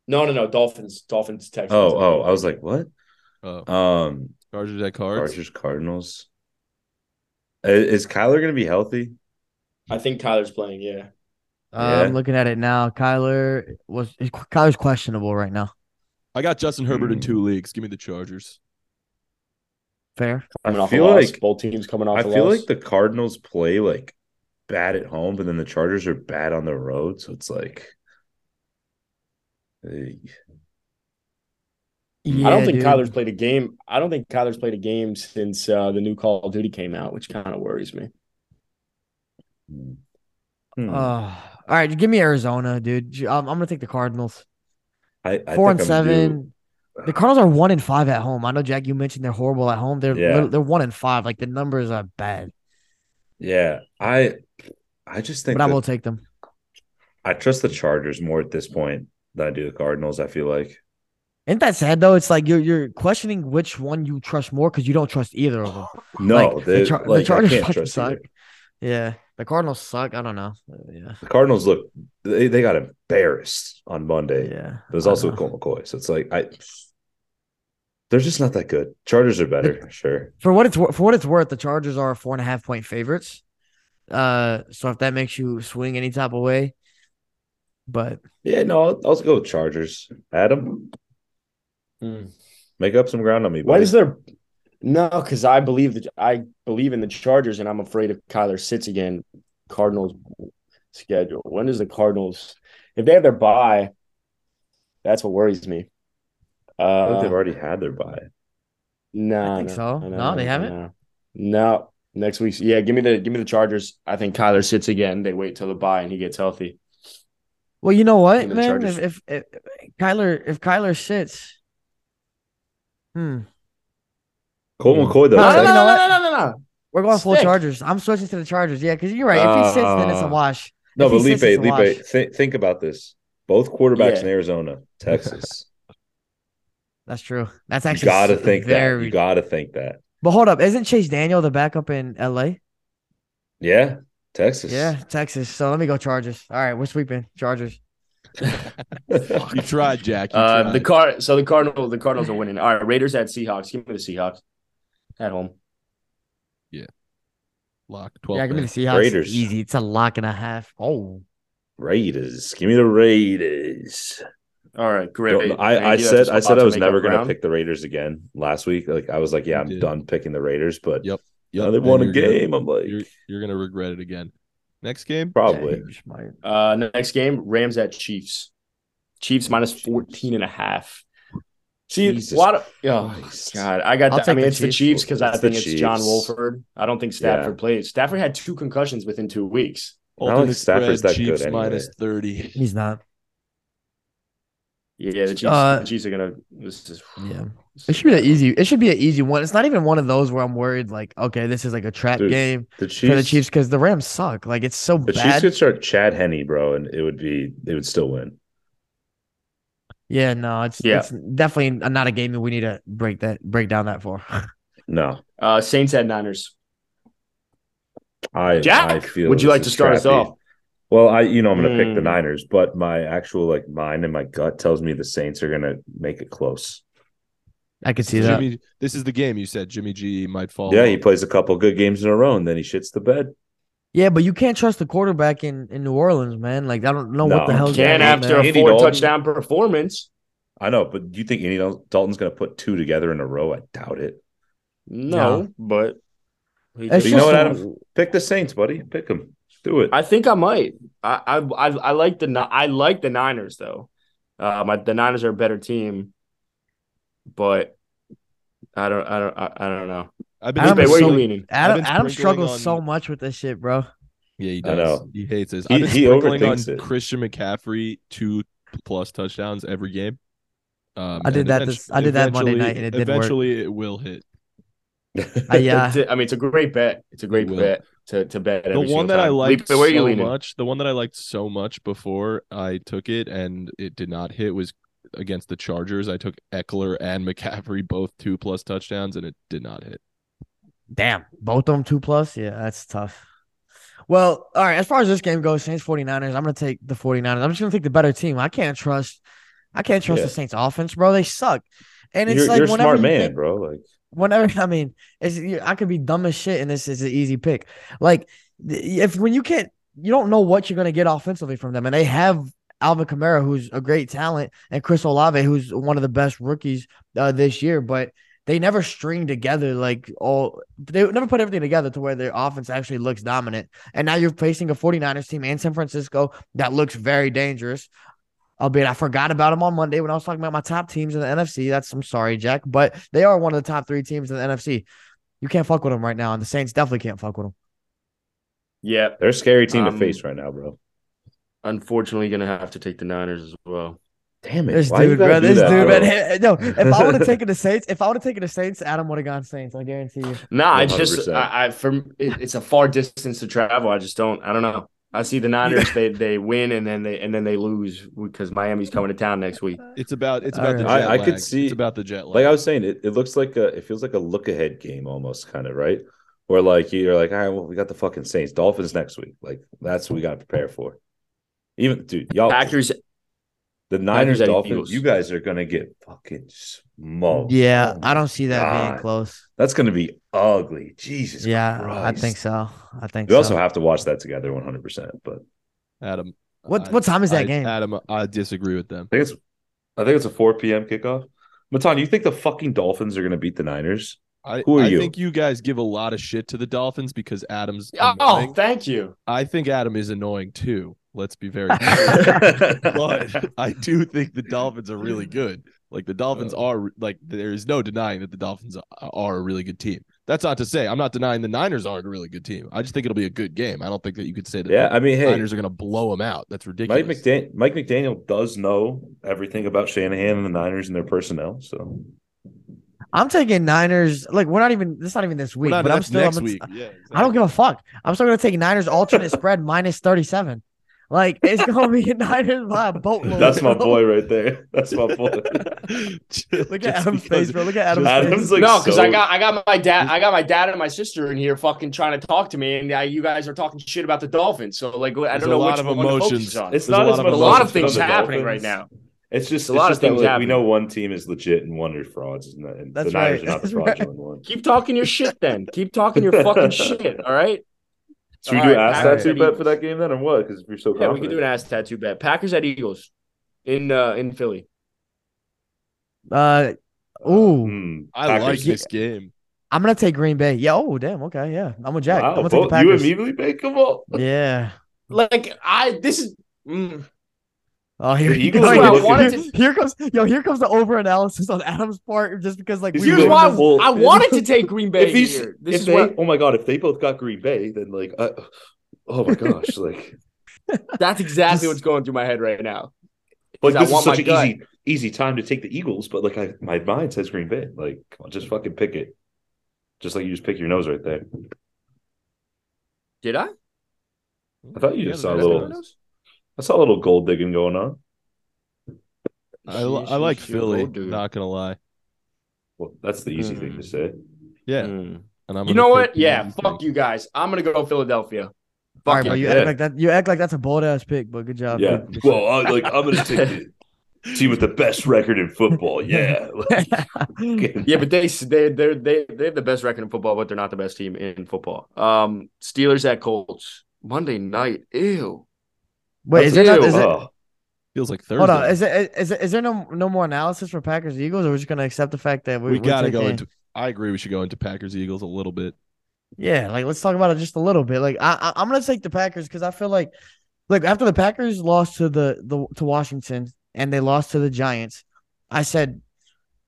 No, no, no. Dolphins. Dolphins. Texans. Oh, oh, I was like, what? Oh, Um, Chargers at cards. Chargers, Cardinals. I- Is Kyler going to be healthy? I think Kyler's playing. Yeah. Uh, Yeah. I'm looking at it now. Kyler was Kyler's questionable right now. I got Justin Herbert in Hmm. two leagues. Give me the Chargers. Fair. I Coming off a feel loss. like both teams coming off. I a feel loss. like the Cardinals play like bad at home, but then the Chargers are bad on the road. So it's like, hey, I don't Yeah, think dude. Kyler's played a game. I don't think Kyler's played a game since uh, the new Call of Duty came out, which kind of worries me. hmm. Hmm. Uh, all right, give me Arizona, dude. J- I'm, I'm gonna take the Cardinals. I, I Four and think I'm due- seven. The Cardinals are one and five at home. I know, Jack. You mentioned they're horrible at home. They're Yeah. lit- they're one and five. Like the numbers are bad, Yeah, I I just think but I that- will take them. I trust the Chargers more at this point than I do the Cardinals. I feel like Ain't that sad though? It's like you're you're questioning which one you trust more because you don't trust either of them. no, Like, they, Char- like I can't fucking trust either. Yeah, the Cardinals suck. I don't know. Uh, Yeah, The Cardinals look they, they got embarrassed on Monday. yeah. There's I also know. Colt McCoy, so it's like I they're just not that good. Chargers are better, sure. for what it's wor- for what it's worth, the Chargers are four and a half point favorites. Uh, so if that makes you swing any type of way, but Yeah, no, I'll, I'll go with Chargers. Adam, Hmm. make up some ground on me. Why buddy. is there no? Because I believe that I believe in the Chargers, and I'm afraid if Kyler sits again, Cardinals schedule. When does the Cardinals? If they have their bye, that's what worries me. I think Uh, they've already had their bye. no, I think no, so. No, they haven't? No. No. Next week's yeah, give me the give me the Chargers. I think Kyler sits again. They wait till the bye and he gets healthy. well, you know what, And the man? Chargers- If, if if Kyler if Kyler sits, hmm, Colt McCoy though. No, No, it's no, no, no, like- no, no, no, no, no, no, no. we're going full Sick. Chargers. I'm switching to the Chargers. Yeah, because you're right. If he sits, then it's a Uh, wash. No, If he but Lipe, sits, it's a Lipe, wash. thi- think about this. Both quarterbacks Yeah. in Arizona, Texas. That's true. That's you actually gotta s- think that. very- You gotta think that. but hold up, isn't Chase Daniel the backup in L.A.? Yeah, Texas. Yeah, Texas. So let me go Chargers. All right, we're sweeping Chargers. You tried, Jack. You Uh, tried. the car. So the Cardinal. The Cardinals are winning. All right, Raiders at Seahawks. Give me the Seahawks at home. lock twelve. yeah, give me the man. Seahawks. Raiders. Easy. It's a lock and a half. Oh, Raiders. Give me the Raiders. All right, great. Don't- I, I Thank you. said That's I a said lot I to was make never up gonna ground. pick the Raiders again last week. Like I was like, yeah, You I'm did. done picking the Raiders, but Yep. now Yep, they and won a you're gonna- game. I'm like, You're, you're gonna regret it again. Next game, probably. James might- Uh, next game, Rams at Chiefs. Chiefs minus 14 and a half. See, Jesus a lot of oh Christ. god, I got. I'll That. I take mean, the it's the Chiefs. Chiefs because I It's the think it's John Chiefs. Wolford. I don't think Stafford plays. Stafford had two concussions within two weeks. Alternate Stafford's spread, that good Chiefs anyway. minus thirty. He's not. Yeah, the Chiefs. Uh, the Chiefs are gonna. This is Yeah. It should be an easy. It should be an easy one. It's not even one of those where I'm worried. Like, okay, this is like a trap Dude, game The for the Chiefs. Chiefs because the Rams suck. Like, it's so The Chiefs bad. could start Chad Henney, bro, and it would be they would still win. yeah, no, it's Yeah. it's definitely not a game that we need to break that break down that for. No, Uh, Saints at Niners. I Jack, I feel would you this like to is start us crappy. off? Well, I you know I'm gonna pick the Hmm. Niners, but my actual like mind and my gut tells me the Saints are gonna make it close. I could see that. Jimmy, this is the game you said Jimmy G might Oh. fall. Yeah, off. he plays a couple good games in a row and then he shits the bed. Yeah, but you can't trust the quarterback in, in New Orleans, man. Like, I don't know what No. the hell. Can after a Andy four Dalton. touchdown performance. I know, but do you think any Dalton's gonna put two together in a row? I doubt it. No, No. but he It's But did. you know just what, a- Adam? Pick the Saints, buddy. Pick them. Do it. I think I might. I I I, I like the Ni- I like the Niners though. Um, I, the Niners are a better team, but I don't I don't I, I don't know. I've Adam Adam, been is where are you so- leaning? I've Adam, been Adam sprinkling struggles so on- much with this shit, bro. Yeah, he I does. know. He hates this. He- I've been he sprinkling on overthinks it. Christian McCaffrey two plus touchdowns every game. Um, I did and that eventu- this- I did that Monday eventually- night and it didn't work. Eventually, it will hit. Uh, yeah, It's a- I mean, it's a great bet. It's a great Will. bet to to bet. the every one single that I time. liked Leap- where are you so leaning? much, the one that I liked so much before I took it and it did not hit was against the Chargers. I took Eckler and McCaffrey both two plus touchdowns and it did not hit. Damn, both of them two plus. Yeah, that's tough. Well, all right. As far as this game goes, Saints 49ers, I'm going to take the 49ers. I'm just going to take the better team. I can't trust I can't trust Yeah. the Saints offense, bro. They suck. And it's you're, like you're a whenever smart you man, think- bro. Like whenever I mean, it's you- I could be dumb as shit, and this is an easy pick. Like th- if when you can't, you don't know what you're gonna get offensively from them, and they have Alvin Kamara, who's a great talent, and Chris Olave, who's one of the best rookies uh, this year, but. They never string together like all they never put everything together to where their offense actually looks dominant. And now you're facing a 49ers team in San Francisco that looks very dangerous. Albeit I forgot about them on Monday when I was talking about my top teams in the NFC. That's I'm sorry, Jack, but they are one of the top three teams in the NFC. You can't fuck with them right now, and the Saints definitely can't fuck with them. Yeah, they're a scary team to Um, face right now, bro. unfortunately, gonna have to take the Niners as well. Damn it, This why you dude, gotta bro, do this that, dude, bro? man. No, if I would have taken the Saints, if I would have taken the Saints, Adam would have gone Saints. I guarantee you. Nah, I just 100%. I, I from it, it's a far distance to travel. I just don't I don't know. I see the Niners they they win and then they and then they lose because Miami's coming to town next week. It's about it's All about the right. jet I- I lag. could see- it's about the jet lag. Like I was saying, it, it looks like a it feels like a look ahead game almost, kind of right. Where like you're like, all right, well, we got the fucking Saints, Dolphins next week. Like that's what we got to prepare for. Even dude, Oh. y'all, Packers the Niners, Packers at Dolphins, Eagles. you guys are gonna get fucking smoked. Yeah, Oh my I don't see that God. being close. That's gonna be ugly. Jesus. yeah, Christ. I think so. I think We also so. have to watch that together, one hundred percent. But Adam, What I- what time is that I- game? Adam, I disagree with them. I think it's I think it's a 4 p.m. kickoff. Matan, you think the fucking Dolphins are gonna beat the Niners? I, Who are I you? think you guys give a lot of shit to the Dolphins because Adam's Oh, annoying. thank you. I think Adam is annoying too. Let's be very clear. but but I do think the Dolphins are really good. Like the Dolphins are like there is no denying that the Dolphins are a really good team. That's not to say I'm not denying the Niners aren't a really good team. I just think it'll be a good game. I don't think that you could say that yeah, the I mean, hey, Niners are going to blow them out. That's ridiculous. Mike McDaniel, Mike McDaniel does know everything about Shanahan and the Niners and their personnel. So I'm taking Niners. Like we're not even. It's not even this We're week. not- but I'm that's still. next I'm, week. Yeah, I don't give a fuck. I'm still gonna take Niners alternate spread minus 37. Like it's gonna be Niners by a boatload. That's my bro. boy right there. That's my boy. Look at Just Adam's because- face, bro. Look at Adam's, Adam's face. like no, because so- I got I got my dad I got my dad and my sister in here fucking trying to talk to me, and I, you guys are talking shit about the Dolphins. So like I There's don't a know lot which of one to focus emotions. on. It's There's a not lot as of much a lot emotions of things on the happening right Dolphins. now. It's just a it's lot of just that, things like, happening. We know one team is legit and one is frauds, and the, and the That's Niners right. are not the That's right. fraudulent one. Keep talking your shit, then. Keep talking your fucking shit. All right. Should we All do an right, ass Packers tattoo and bet Eagles. for that game then, or what? Because we're so Yeah, we confident. can do an ass tattoo bet. Packers at Eagles in uh, in Philly. Uh, ooh, Hmm. I like Packers. this game. I'm gonna take Green Bay. Yeah. Oh, damn. Okay. Yeah. I'm with Jack. I'm Wow, gonna take the both- you Packers. immediately pick them up. Yeah. Like I, this is mm, Oh, here, The Eagles are here, looking- here- here comes yo. Here comes the over analysis on Adam's part, just because like He's we Dude, here's looking why were- well, I wanted to take Green Bay If he's here. This if is they, what oh my god, if they both got Green Bay, then like, I, oh my gosh, like, that's exactly Just- what's going through my head right now. like I this is want such my an gut. easy easy time to take the Eagles, but like, I my mind says Green Bay. Like, come on, just fucking pick it. Just like you just pick your nose right there. Did I? I thought you Yeah, just the saw a Niners. little. I saw a little gold digging going on. I, li- I like Philly. Not gonna lie. Well, that's the easy thing to Mm. say. Yeah, Hmm. and I'm gonna You know pick what? the Yeah, easy fuck thing. you guys. I'm gonna go Philadelphia. All right, Fuck bro. it. You yeah. act like that. You act like that's a bold ass pick, but good job. Yeah. dude. Well, I, like I'm gonna take the team with the best record in football. Yeah. Yeah, but they they they they they have the best record in football, but they're not the best team in football. Um, Steelers at Colts Monday night. Ew. Wait, is there That's not, ew. is it, Oh, Feels like Thursday. hold on? Is it is it, is there no no more analysis for Packers Eagles, or we're just gonna accept the fact that we, we, we'll gotta take go the- into. I agree. We should go into Packers Eagles a little bit. Yeah, like let's talk about it just a little bit. Like I, I I'm gonna take the Packers because I feel like, like after the Packers lost to the the to Washington and they lost to the Giants, I said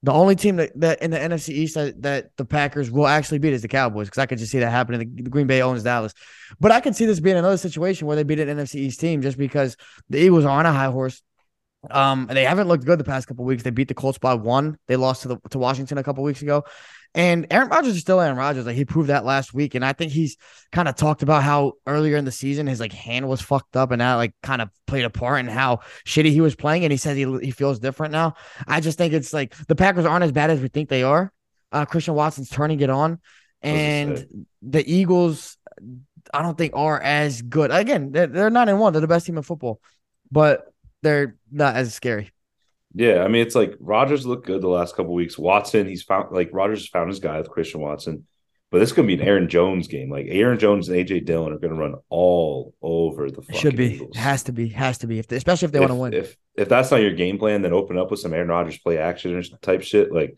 the only team that, that in the NFC East that, that the Packers will actually beat is the Cowboys because I could just see that happening. The, the Green Bay owns Dallas, but I could see this being another situation where they beat an NFC East team just because the Eagles are on a high horse. Um, and they haven't looked good the past couple weeks. They beat the Colts by one. They lost to the to Washington a couple weeks ago. And Aaron Rodgers is still Aaron Rodgers. Like he proved that last week. And I think he's kind of talked about how earlier in the season his like hand was fucked up and that like kind of played a part in how shitty he was playing. And he said he he feels different now. I just think it's like the Packers aren't as bad as we think they are. Uh, Christian Watson's turning it on, was gonna say. and the Eagles, I don't think are as good. Again, they're, they're not in one. They're the best team in football, but they're not as scary. yeah. I mean, it's like Rogers looked good the last couple weeks. Watson, he's found like Rogers has found his guy with Christian Watson. But this is gonna be an Aaron Jones game. Like Aaron Jones and AJ Dillon are gonna run all over the fucking Should be Eagles. has to be has to be if they, especially if they if, want to win. If if that's not your game plan, then open up with some Aaron Rodgers play action type shit. Like,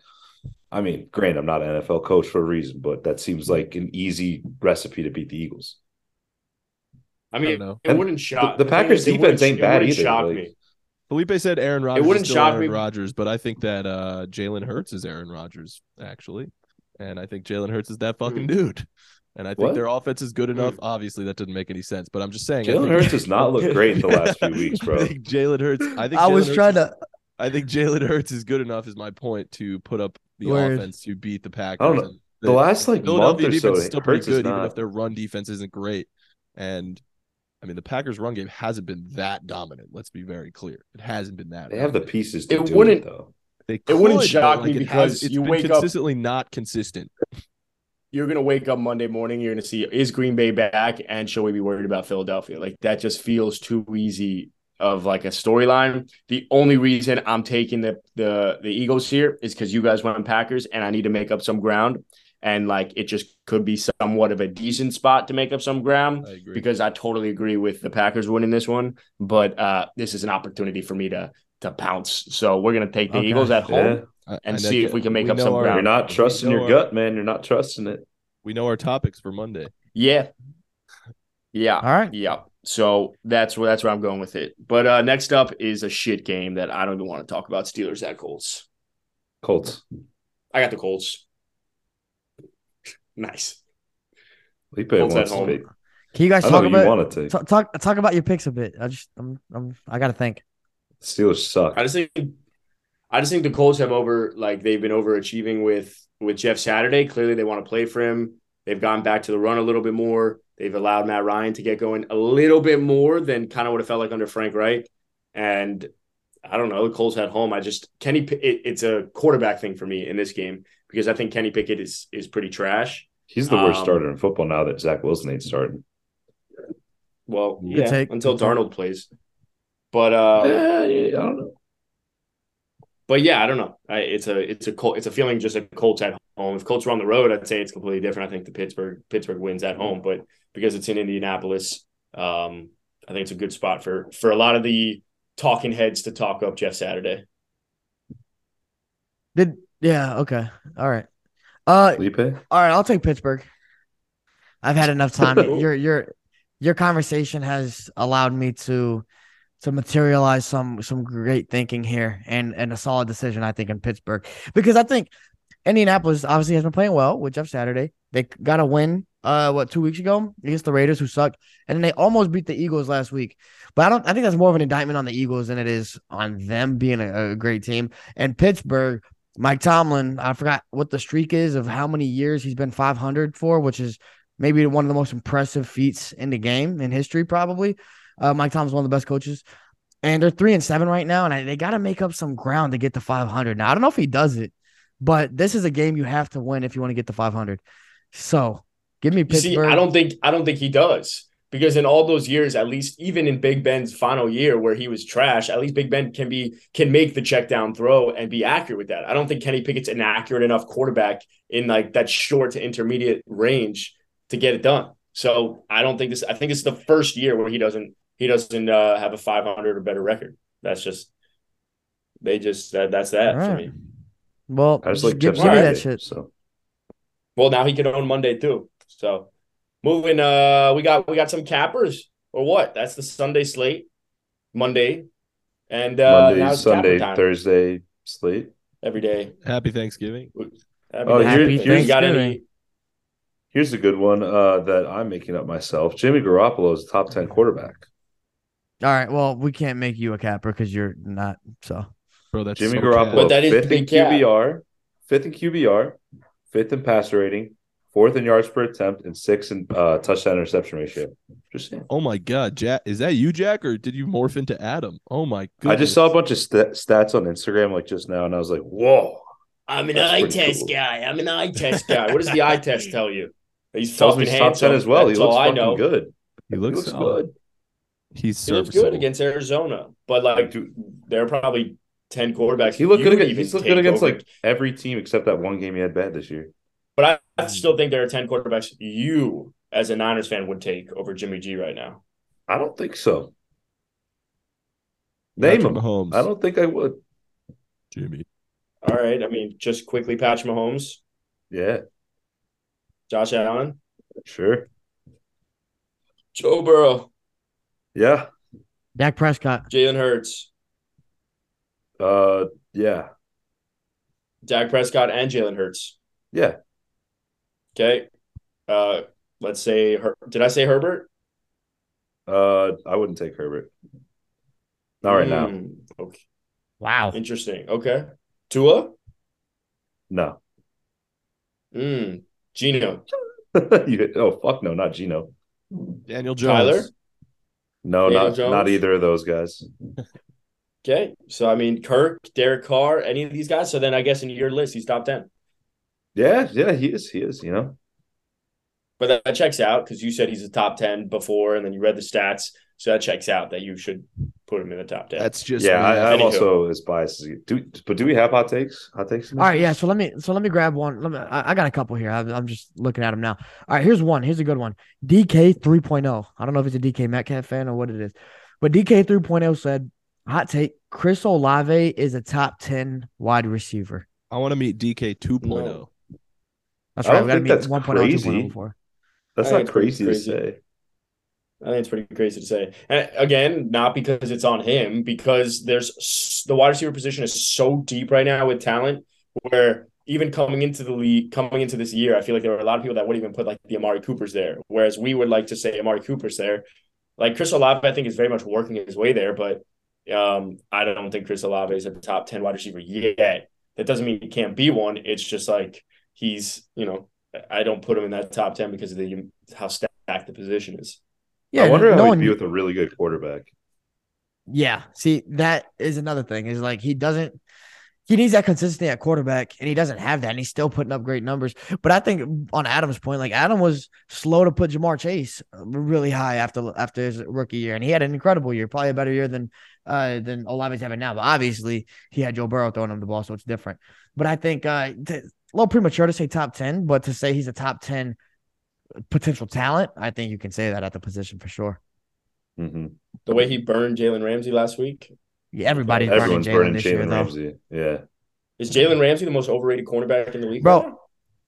I mean, granted, I'm not an NFL coach for a reason, but that seems like an easy recipe to beat the Eagles. I I don't mean, know. it wouldn't shock the thing Packers is, it defense wouldn't- ain't it bad wouldn't either, Shock like- me. Felipe said Aaron Rodgers. wouldn't is still shock Aaron me. Rodgers, but I think that uh, Jalen Hurts is Aaron Rodgers actually, and I think Jalen Hurts is that fucking dude. And I think Hmm. What? Hmm. their offense is good enough. Obviously, that doesn't make any sense, but I'm just saying. I Jalen think- Hurts has not looked great the last few weeks, I bro. think Jalen Hurts. I think I was Jalen Hurts trying is- to. I think Jalen Hurts is good enough. Is my point to put up the Word. offense to beat the Packers. know. And The last like month Philadelphia or so, defense is still pretty Hurts is good, even not. if their run defense isn't great. And I mean, the Packers' run game hasn't been that dominant. Let's be very clear; it hasn't been that. They have the dominant. pieces to It do wouldn't- it though. They It wouldn't could, but, shock me it because has- it's you been wake up- consistently not consistent. You're gonna wake up Monday morning. You're gonna see is Green Bay back, and should we be worried about Philadelphia? Like that just feels too easy of like a storyline. The only reason I'm taking the the the Eagles here is because you guys went Packers, and I need to make up some ground. And like it just could be somewhat of a decent spot to make up some ground. I agree. because I totally agree with the Packers winning this one, but uh, this is an opportunity for me to to pounce. So we're gonna take the Okay. Eagles at home. Yeah. I- and I know see if that- we can make up know some our- ground. You're not we trusting know your our- gut, man. You're not trusting it. We know our topics for Monday. Yeah, yeah, All right. yeah. So that's where that's where I'm going with it. But uh, next up is a shit game that I don't even want to talk about. Steelers at Colts. Colts. I got the Colts. Nice. Felipe Colts wants at to home. pick. Can you guys I talk know you about want to take. talk, talk talk about your picks a bit? I just I'm, I'm I gotta think. Steelers suck. I just think I just think the Colts have over like they've been overachieving with with Jeff Saturday. Clearly they want to play for him. They've gone back to the run a little bit more. They've allowed Matt Ryan to get going a little bit more than kind of what it felt like under Frank Reich. And I don't know, the Colts at home. I just Kenny. P- It, it's a quarterback thing for me in this game because I think Kenny Pickett is is pretty trash. He's the worst Um, starter in football now that Zach Wilson ain't starting. Well, Good yeah, take. until Good take. Darnold plays. But uh, yeah, yeah, I don't know. but yeah, I don't know. I, it's a it's a Col- it's a feeling just a Colts at home. If Colts were on the road, I'd say it's completely different. I think the Pittsburgh Pittsburgh wins at home, but because it's in Indianapolis, um, I think it's a good spot for for a lot of the talking heads to talk up Jeff Saturday. Did yeah, okay. All right. Uh Felipe? all right, I'll take Pittsburgh. I've had enough time. your your your conversation has allowed me to to materialize some some great thinking here and and a solid decision I think in Pittsburgh because I think Indianapolis obviously has been playing well with Jeff Saturday. They got a win uh what 2 weeks ago against the Raiders who suck and then they almost beat the Eagles last week. But I don't I think that's more of an indictment on the Eagles than it is on them being a, a great team and Pittsburgh Mike Tomlin, I forgot what the streak is of how many years he's been 500 for, which is maybe one of the most impressive feats in the game in history, probably. Uh, Mike Tomlin's one of the best coaches, and they're three and seven right now, and I, they got to make up some ground to get to 500. Now I don't know if he does it, but this is a game you have to win if you want to get to 500. So give me You Pittsburgh. See, I don't think I don't think he does because in all those years, at least even in Big Ben's final year where he was trash, at least Big Ben can be can make the check down throw and be accurate with that. I don't think Kenny Pickett's an accurate enough quarterback in like that short to intermediate range to get it done. So I don't think this. I think it's the first year where he doesn't he doesn't uh, have a 500 or better record. That's just they just that, that's that All for right. me. Well, I just just like give, Jeff give me that Saturday. shit. So Well, now he can own Monday too. So moving uh we got we got some cappers or what? That's the Sunday slate. Monday. And uh now it's Monday, capper Sunday, time Thursday slate. every day. Happy Thanksgiving. Every Oh, day. here- If you got any Here's a good one uh, that I'm making up myself. Jimmy Garoppolo is a top ten quarterback. All right. Well, we can't make you a capper because you're not. So Bro, that's Jimmy so Garoppolo, cat. But that is fifth the in big cap. QBR, fifth in QBR, fifth in passer rating, fourth in yards per attempt, and sixth in uh, touchdown interception ratio. Just saying. Oh my God, Jack! Is that you, Jack, or did you morph into Adam? Oh my God! I just saw a bunch of st- stats on Instagram like just now, and I was like, "Whoa!" I'm an That's eye pretty test cool. guy. I'm an eye test guy. What does the eye test tell you? He's Tells me fucking he's top ten handsome. as well. He That's looks all I fucking know. good. He looks, he looks solid. good. He's He looks serviceable. good against Arizona. But like dude, there are probably ten quarterbacks. He looked you good. would Against, even he's looked take good against over. like every team except that one game he had bad this year. But I, I Mm-hmm. still think there are 10 quarterbacks you, as a Niners fan, would take over Jimmy G right now. I don't think so. Patrick Name him. Mahomes. I don't think I would. Jimmy. All right. I mean, just quickly, Patch Mahomes, Yeah, Josh Allen, sure. Joe Burrow, Yeah. Dak Prescott. Jalen Hurts, Uh. Yeah. Dak Prescott, and Jalen Hurts. Yeah. Okay. Uh, let's say, Her- did I say Herbert? Uh. I wouldn't take Herbert. Not right now. Hmm, Okay. Wow. Interesting. Okay. Tua? No. Mm. Gino. you, oh fuck no, not Gino. Daniel Jones. Tyler? No, Daniel not Jones? not either of those guys. Okay. So, I mean, Kirk, Derek Carr, any of these guys. So then I guess in your list, he's top 10. Yeah, yeah, he is. He is. You know. But that, that checks out because you said he's a top 10 before, and then you read the stats. So that checks out that you should put him in the top 10. That's just yeah, me. I, I'm Anywho. also as biased as you. Do, but do we have hot takes? Hot takes? in this? All right, yeah. So let me so let me grab one. Let me. I, I got a couple here. I'm, I'm just looking at them now. All right, here's one. Here's a good one. DK 3.0. oh. I don't know if it's a DK Metcalf fan or what it is, but DK 3.0 said, "Hot take: Chris Olave is a top 10 wide receiver." I want to meet DK 2.0. No. That's I right. don't We got to think meet oh, that's 1.0, crazy. 2.0 before. That's I not think it's pretty crazy, crazy. to say. I think it's pretty crazy to say. And again, not because it's on him, because there's s- the wide receiver position is so deep right now with talent. Where even coming into the league, coming into this year, I feel like there were a lot of people that would even put like the Amari Coopers there, whereas we would like to say Amari Coopers there. Like Chris Olave, I think is very much working his way there, but um, I don't think Chris Olave is a top ten wide receiver yet. That doesn't mean he can't be one. It's just like he's, you know, I don't put him in that top ten because of the how stacked the position is. Yeah, I wonder no how he'd one- be with a really good quarterback. Yeah. See, that is another thing is like he doesn't he needs that consistency at quarterback and he doesn't have that and he's still putting up great numbers. But I think on Adam's point, like Adam was slow to put Jamar Chase really high after after his rookie year and he had an incredible year, probably a better year than uh than Olave's having now. But obviously he had Joe Burrow throwing him the ball, so it's different. But I think uh t- a little premature to say top 10, but to say he's a top 10 potential talent, I think you can say that at the position for sure. Mm-hmm. The way he burned Jalen Ramsey last week. Yeah, everybody's Everyone's burning burning Jalen this year, Jalen though. Ramsey. Yeah. Is Jalen Ramsey the most overrated cornerback in the league? Mm-hmm. Bro,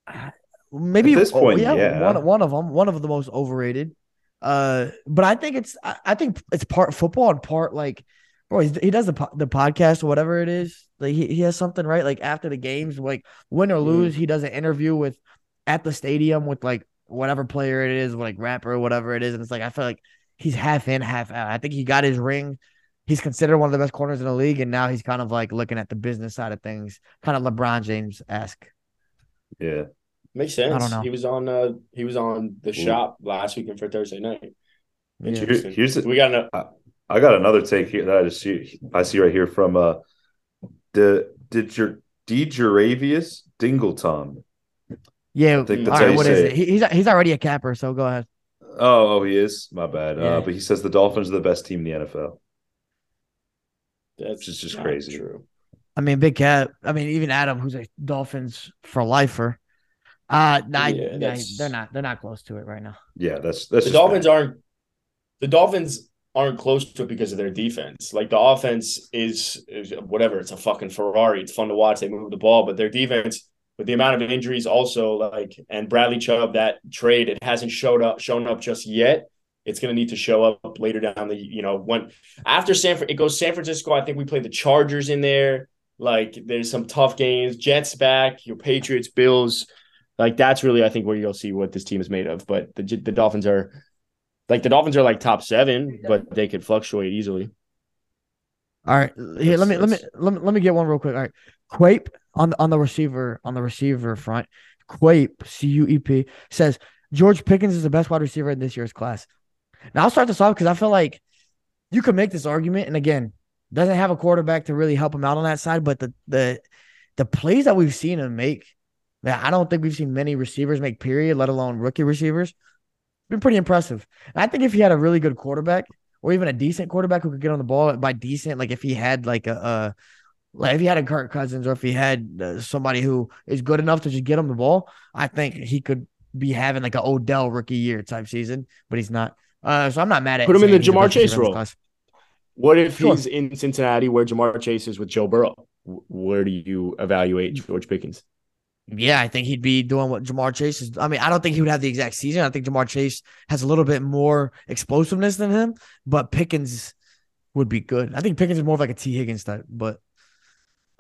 right now? maybe At this oh, point, yeah, yeah. one one of them, one of the most overrated. Uh, but I think it's I, I think it's part football and part like, bro, he's, he does the po- the podcast or whatever it is. Like he, he has something right. Like after the games, like win Mm. or lose, he does an interview with at the stadium with like whatever player it is, like rapper or whatever it is, and it's like I feel like he's half in, half out. I think he got his ring. He's considered one of the best corners in the league, and now he's kind of like looking at the business side of things, kind of LeBron James esque. Yeah. Makes sense. I don't know. He was on uh he was on the shop last weekend for Thursday night. Yeah. Interesting. here's the- we got an I got another take here that I just see. I see right here from uh, the did your D. Jaravius Dingleton. Yeah, I think All that's All how right, you what say is it. it? He- He's he's already a capper, so go ahead. Oh, oh, he is. My bad. Yeah. Uh, but he says the Dolphins are the best team in the NFL. that's Which is just not crazy. True. I mean, big cat. I mean, even Adam, who's a Dolphins for lifer. Uh, nah, Yeah, yeah, that's- they're not they're not close to it right now. Yeah, that's that's The just Dolphins bad. aren't the Dolphins aren't close to it because of their defense. Like the offense is, is whatever, it's a fucking Ferrari. It's fun to watch. They move the ball, but their defense with the amount of injuries also like and Bradley Chubb that trade it hasn't showed up shown up just yet. It's going to need to show up later down the you know when after San Fran it goes San Francisco. I think we play the Chargers in there. Like there's some tough games. Jets back. Your Patriots, Bills. Like that's really I think where you'll see what this team is made of. But the the Dolphins are like the Dolphins are like top seven, but they could fluctuate easily. All right, here, let me let me That's- let me let me get one real quick. All right, Quape on the on the receiver on the receiver front. Quape C U E P says George Pickens is the best wide receiver in this year's class. Now I'll start this off because I feel like you could make this argument, and again, doesn't have a quarterback to really help him out on that side, but the the the plays that we've seen him make, man, I don't think we've seen many receivers make. Period, let alone rookie receivers. Been pretty impressive. And I think if he had a really good quarterback, or even a decent quarterback who could get on the ball by decent, like if he had like a, a like if he had a Kirk Cousins or if he had uh, somebody who is good enough to just get him the ball, I think he could be having like an Odell rookie year type season, but he's not. Uh, so I'm not mad at Put him in saying the he's Jamar best receiver Chase in this role. class. What if Sure. he's in Cincinnati where Jamar Chase is with Joe Burrow? W- Where do you evaluate George Pickens? Yeah, I think he'd be doing what Jamar Chase is. I mean, I don't think he would have the exact season. I think Jamar Chase has a little bit more explosiveness than him, but Pickens would be good. I think Pickens is more of like a T Higgins type, but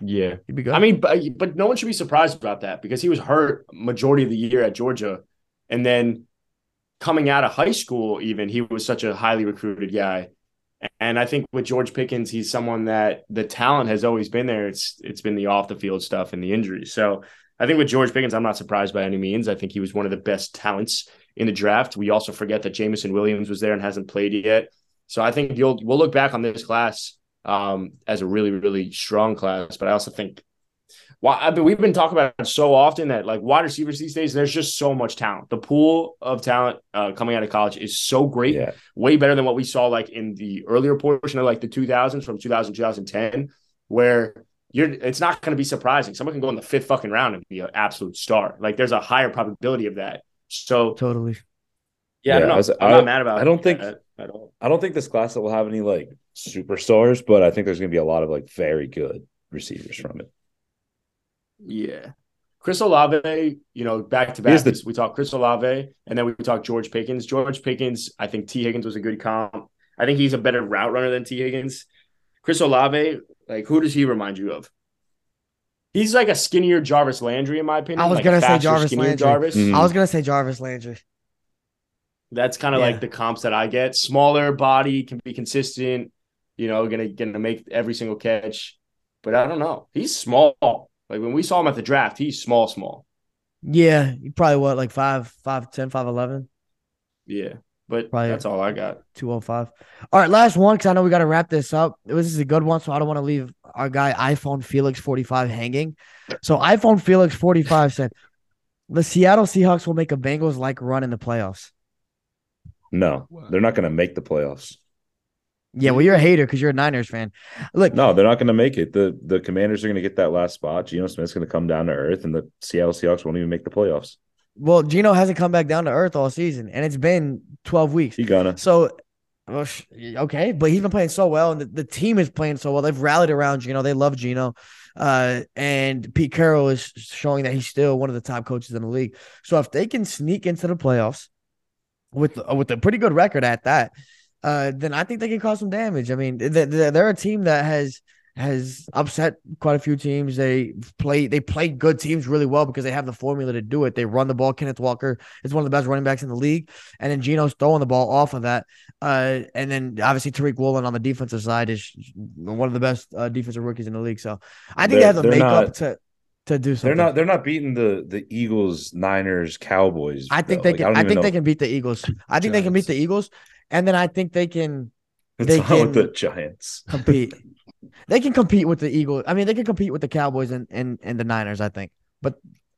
Yeah. he'd be good. I mean, but, but no one should be surprised about that because he was hurt majority of the year at Georgia. And then coming out of high school, even he was such a highly recruited guy. And I think with George Pickens, he's someone that the talent has always been there. It's it's been the off the field stuff and the injuries. So I think with George Pickens, I'm not surprised by any means. I think he was one of the best talents in the draft. We also forget that Jamison Williams was there and hasn't played yet. So I think you'll we'll look back on this class um, as a really really strong class. But I also think why I mean, we've been talking about it so often that like wide receivers these days, there's just so much talent. The pool of talent uh, coming out of college is so great Yeah, way better than what we saw like in the earlier portion of like the 2000s from 2000 2010 where you're it's not going to be surprising someone can go in the fifth fucking round and be an absolute star like there's a higher probability of that so totally. yeah, I Yeah, don't know. I was- i'm I- not mad about I don't think- that at all I don't think this class will have any like superstars, but I think there's going to be a lot of like very good receivers from it. yeah chris olave you know back to Here's back the- we talked chris olave and then we talked george pickens george pickens i think t higgins was a good comp i think he's a better route runner than t higgins chris olave like who does he remind you of He's like a skinnier Jarvis Landry, in my opinion. I was like gonna say faster, Jarvis skinnier Landry. Jarvis. Mhm. I was gonna say Jarvis Landry. That's kind of Yeah. like the comps that I get. Smaller body can be consistent. You know, gonna gonna make every single catch. But I don't know. He's small. Like when we saw him at the draft, he's small, small. Yeah, you probably what like five, five, ten, five, eleven. Yeah. But Probably- that's all I got. 205. All right, last one because I know we got to wrap this up. This is a good one, so I don't want to leave our guy iPhone Felix 45 hanging. So iPhone Felix 45 said, "The Seattle Seahawks will make a Bengals-like run in the playoffs." No, Wow. they're not going to make the playoffs. Yeah, well, you're a hater because you're a Niners fan. Look, No, they're not going to make it. The the Commanders are going to get that last spot. Geno Smith's going to come down to earth, and the Seattle Seahawks won't even make the playoffs. well, Gino hasn't come back down to earth all season, and it's been 12 weeks. He gonna. So, well, sh- okay, but he's been playing so well, and the, the team is playing so well. They've rallied around Gino. They love Gino, uh, and Pete Carroll is showing that he's still one of the top coaches in the league. So if they can sneak into the playoffs with uh, with a pretty good record at that, uh, then I think they can cause some damage. I mean, th- th- they're a team that has has upset quite a few teams. They play they play good teams really well because they have the formula to do it. They run the ball. Kenneth Walker is one of the best running backs in the league, and then Geno's throwing the ball off of that. Uh, and then obviously Tariq Woolen on the defensive side is one of the best uh, defensive rookies in the league. So I think they They're- have the they're makeup not- to to do something. They're not. They're not beating the the Eagles, Niners, Cowboys. I think though. they Like, can. don't I, even think know- they can beat the Eagles. I think they can beat the Eagles, and then I think they can What's they wrong with can- the Giants? compete. they can compete with the Eagles. I mean, they can compete with the Cowboys and and, and the Niners. I think. I mean,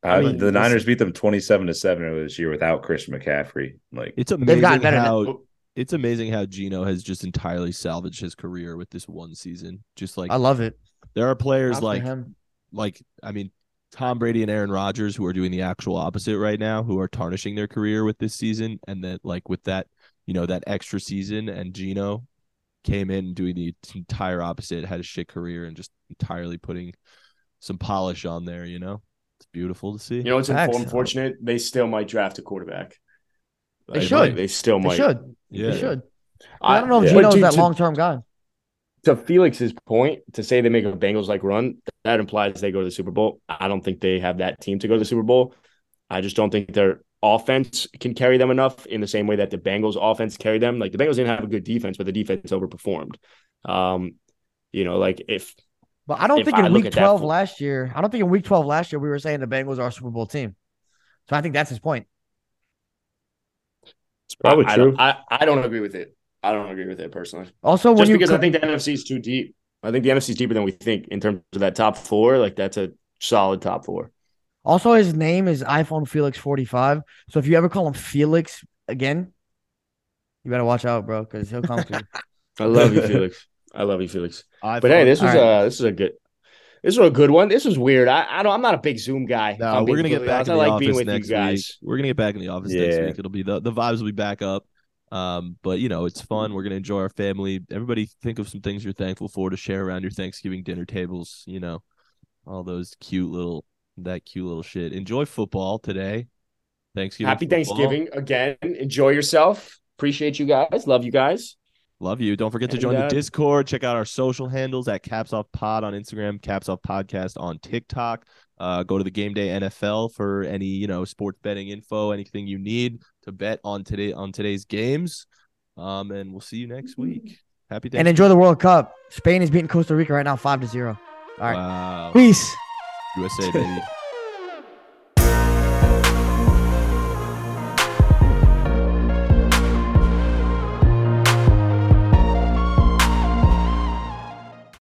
Uh, the listen. Niners beat them twenty-seven to seven earlier this year without Chris McCaffrey. Like It's They've amazing gotten better now. how Oh, it's amazing how Gino has just entirely salvaged his career with this one season. Just like I love it. there are players Props to like him. like I mean Tom Brady and Aaron Rodgers who are doing the actual opposite right now, who are tarnishing their career with this season and that like with that, you know, that extra season and Gino came in doing the entire opposite, had a shit career and just entirely putting some polish on there, you know. It's beautiful to see. You know, it's Facts. unfortunate. They still might draft a quarterback. They should. They still They might. should. yeah. They should. I, don't know if yeah. Gino's But to- that to- long term guy. to Felix's point, to say they make a Bengals like run, that implies they go to the Super Bowl. I don't think they have that team to go to the Super Bowl. I just don't think their offense can carry them enough in the same way that the Bengals offense carried them. Like the Bengals didn't have a good defense, but the defense overperformed. Um, you know, like if But I don't If think I in look week at that twelve fo- last year. I don't think in week twelve last year we were saying the Bengals are a Super Bowl team. So I think that's his point. it's probably I, true. I, don't- I, I don't agree with it. I don't agree with it personally. Also, when Just you because co- I think the NFC is too deep. I think the NFC is deeper than we think in terms of that top four. Like that's a solid top four. Also, his name is iPhone Felix 45. So if you ever call him Felix again, you better watch out, bro, because he'll come for you. I love you, Felix. I love you, Felix. I But hey, thought- this was All right. a this is a good this was a good one. This was weird. I, I don't I'm not a big Zoom guy. if No, I'm we're being gonna get completely back honest. in I the like office being with next you guys. week. We're gonna get back in the office next Yeah. week. It'll be the the vibes will be back up. Um, but you know, it's fun. We're gonna enjoy our family. Everybody, think of some things you're thankful for to share around your Thanksgiving dinner tables. You know, all those cute little that cute little shit. Enjoy football today. Thanksgiving. Happy football. Thanksgiving again. Enjoy yourself. Appreciate you guys. Love you guys. Love you. Don't forget to And, join the uh, Discord. Check out our social handles at Caps Off Pod on Instagram, Caps Off Podcast on TikTok. Uh, go to the Game Day NFL for any you know sports betting info, anything you need to bet on today on today's games. Um, and we'll see you next week. Happy day. and enjoy the World Cup. Spain is beating Costa Rica right now 5 to 0. All right. Wow. Peace. USA baby.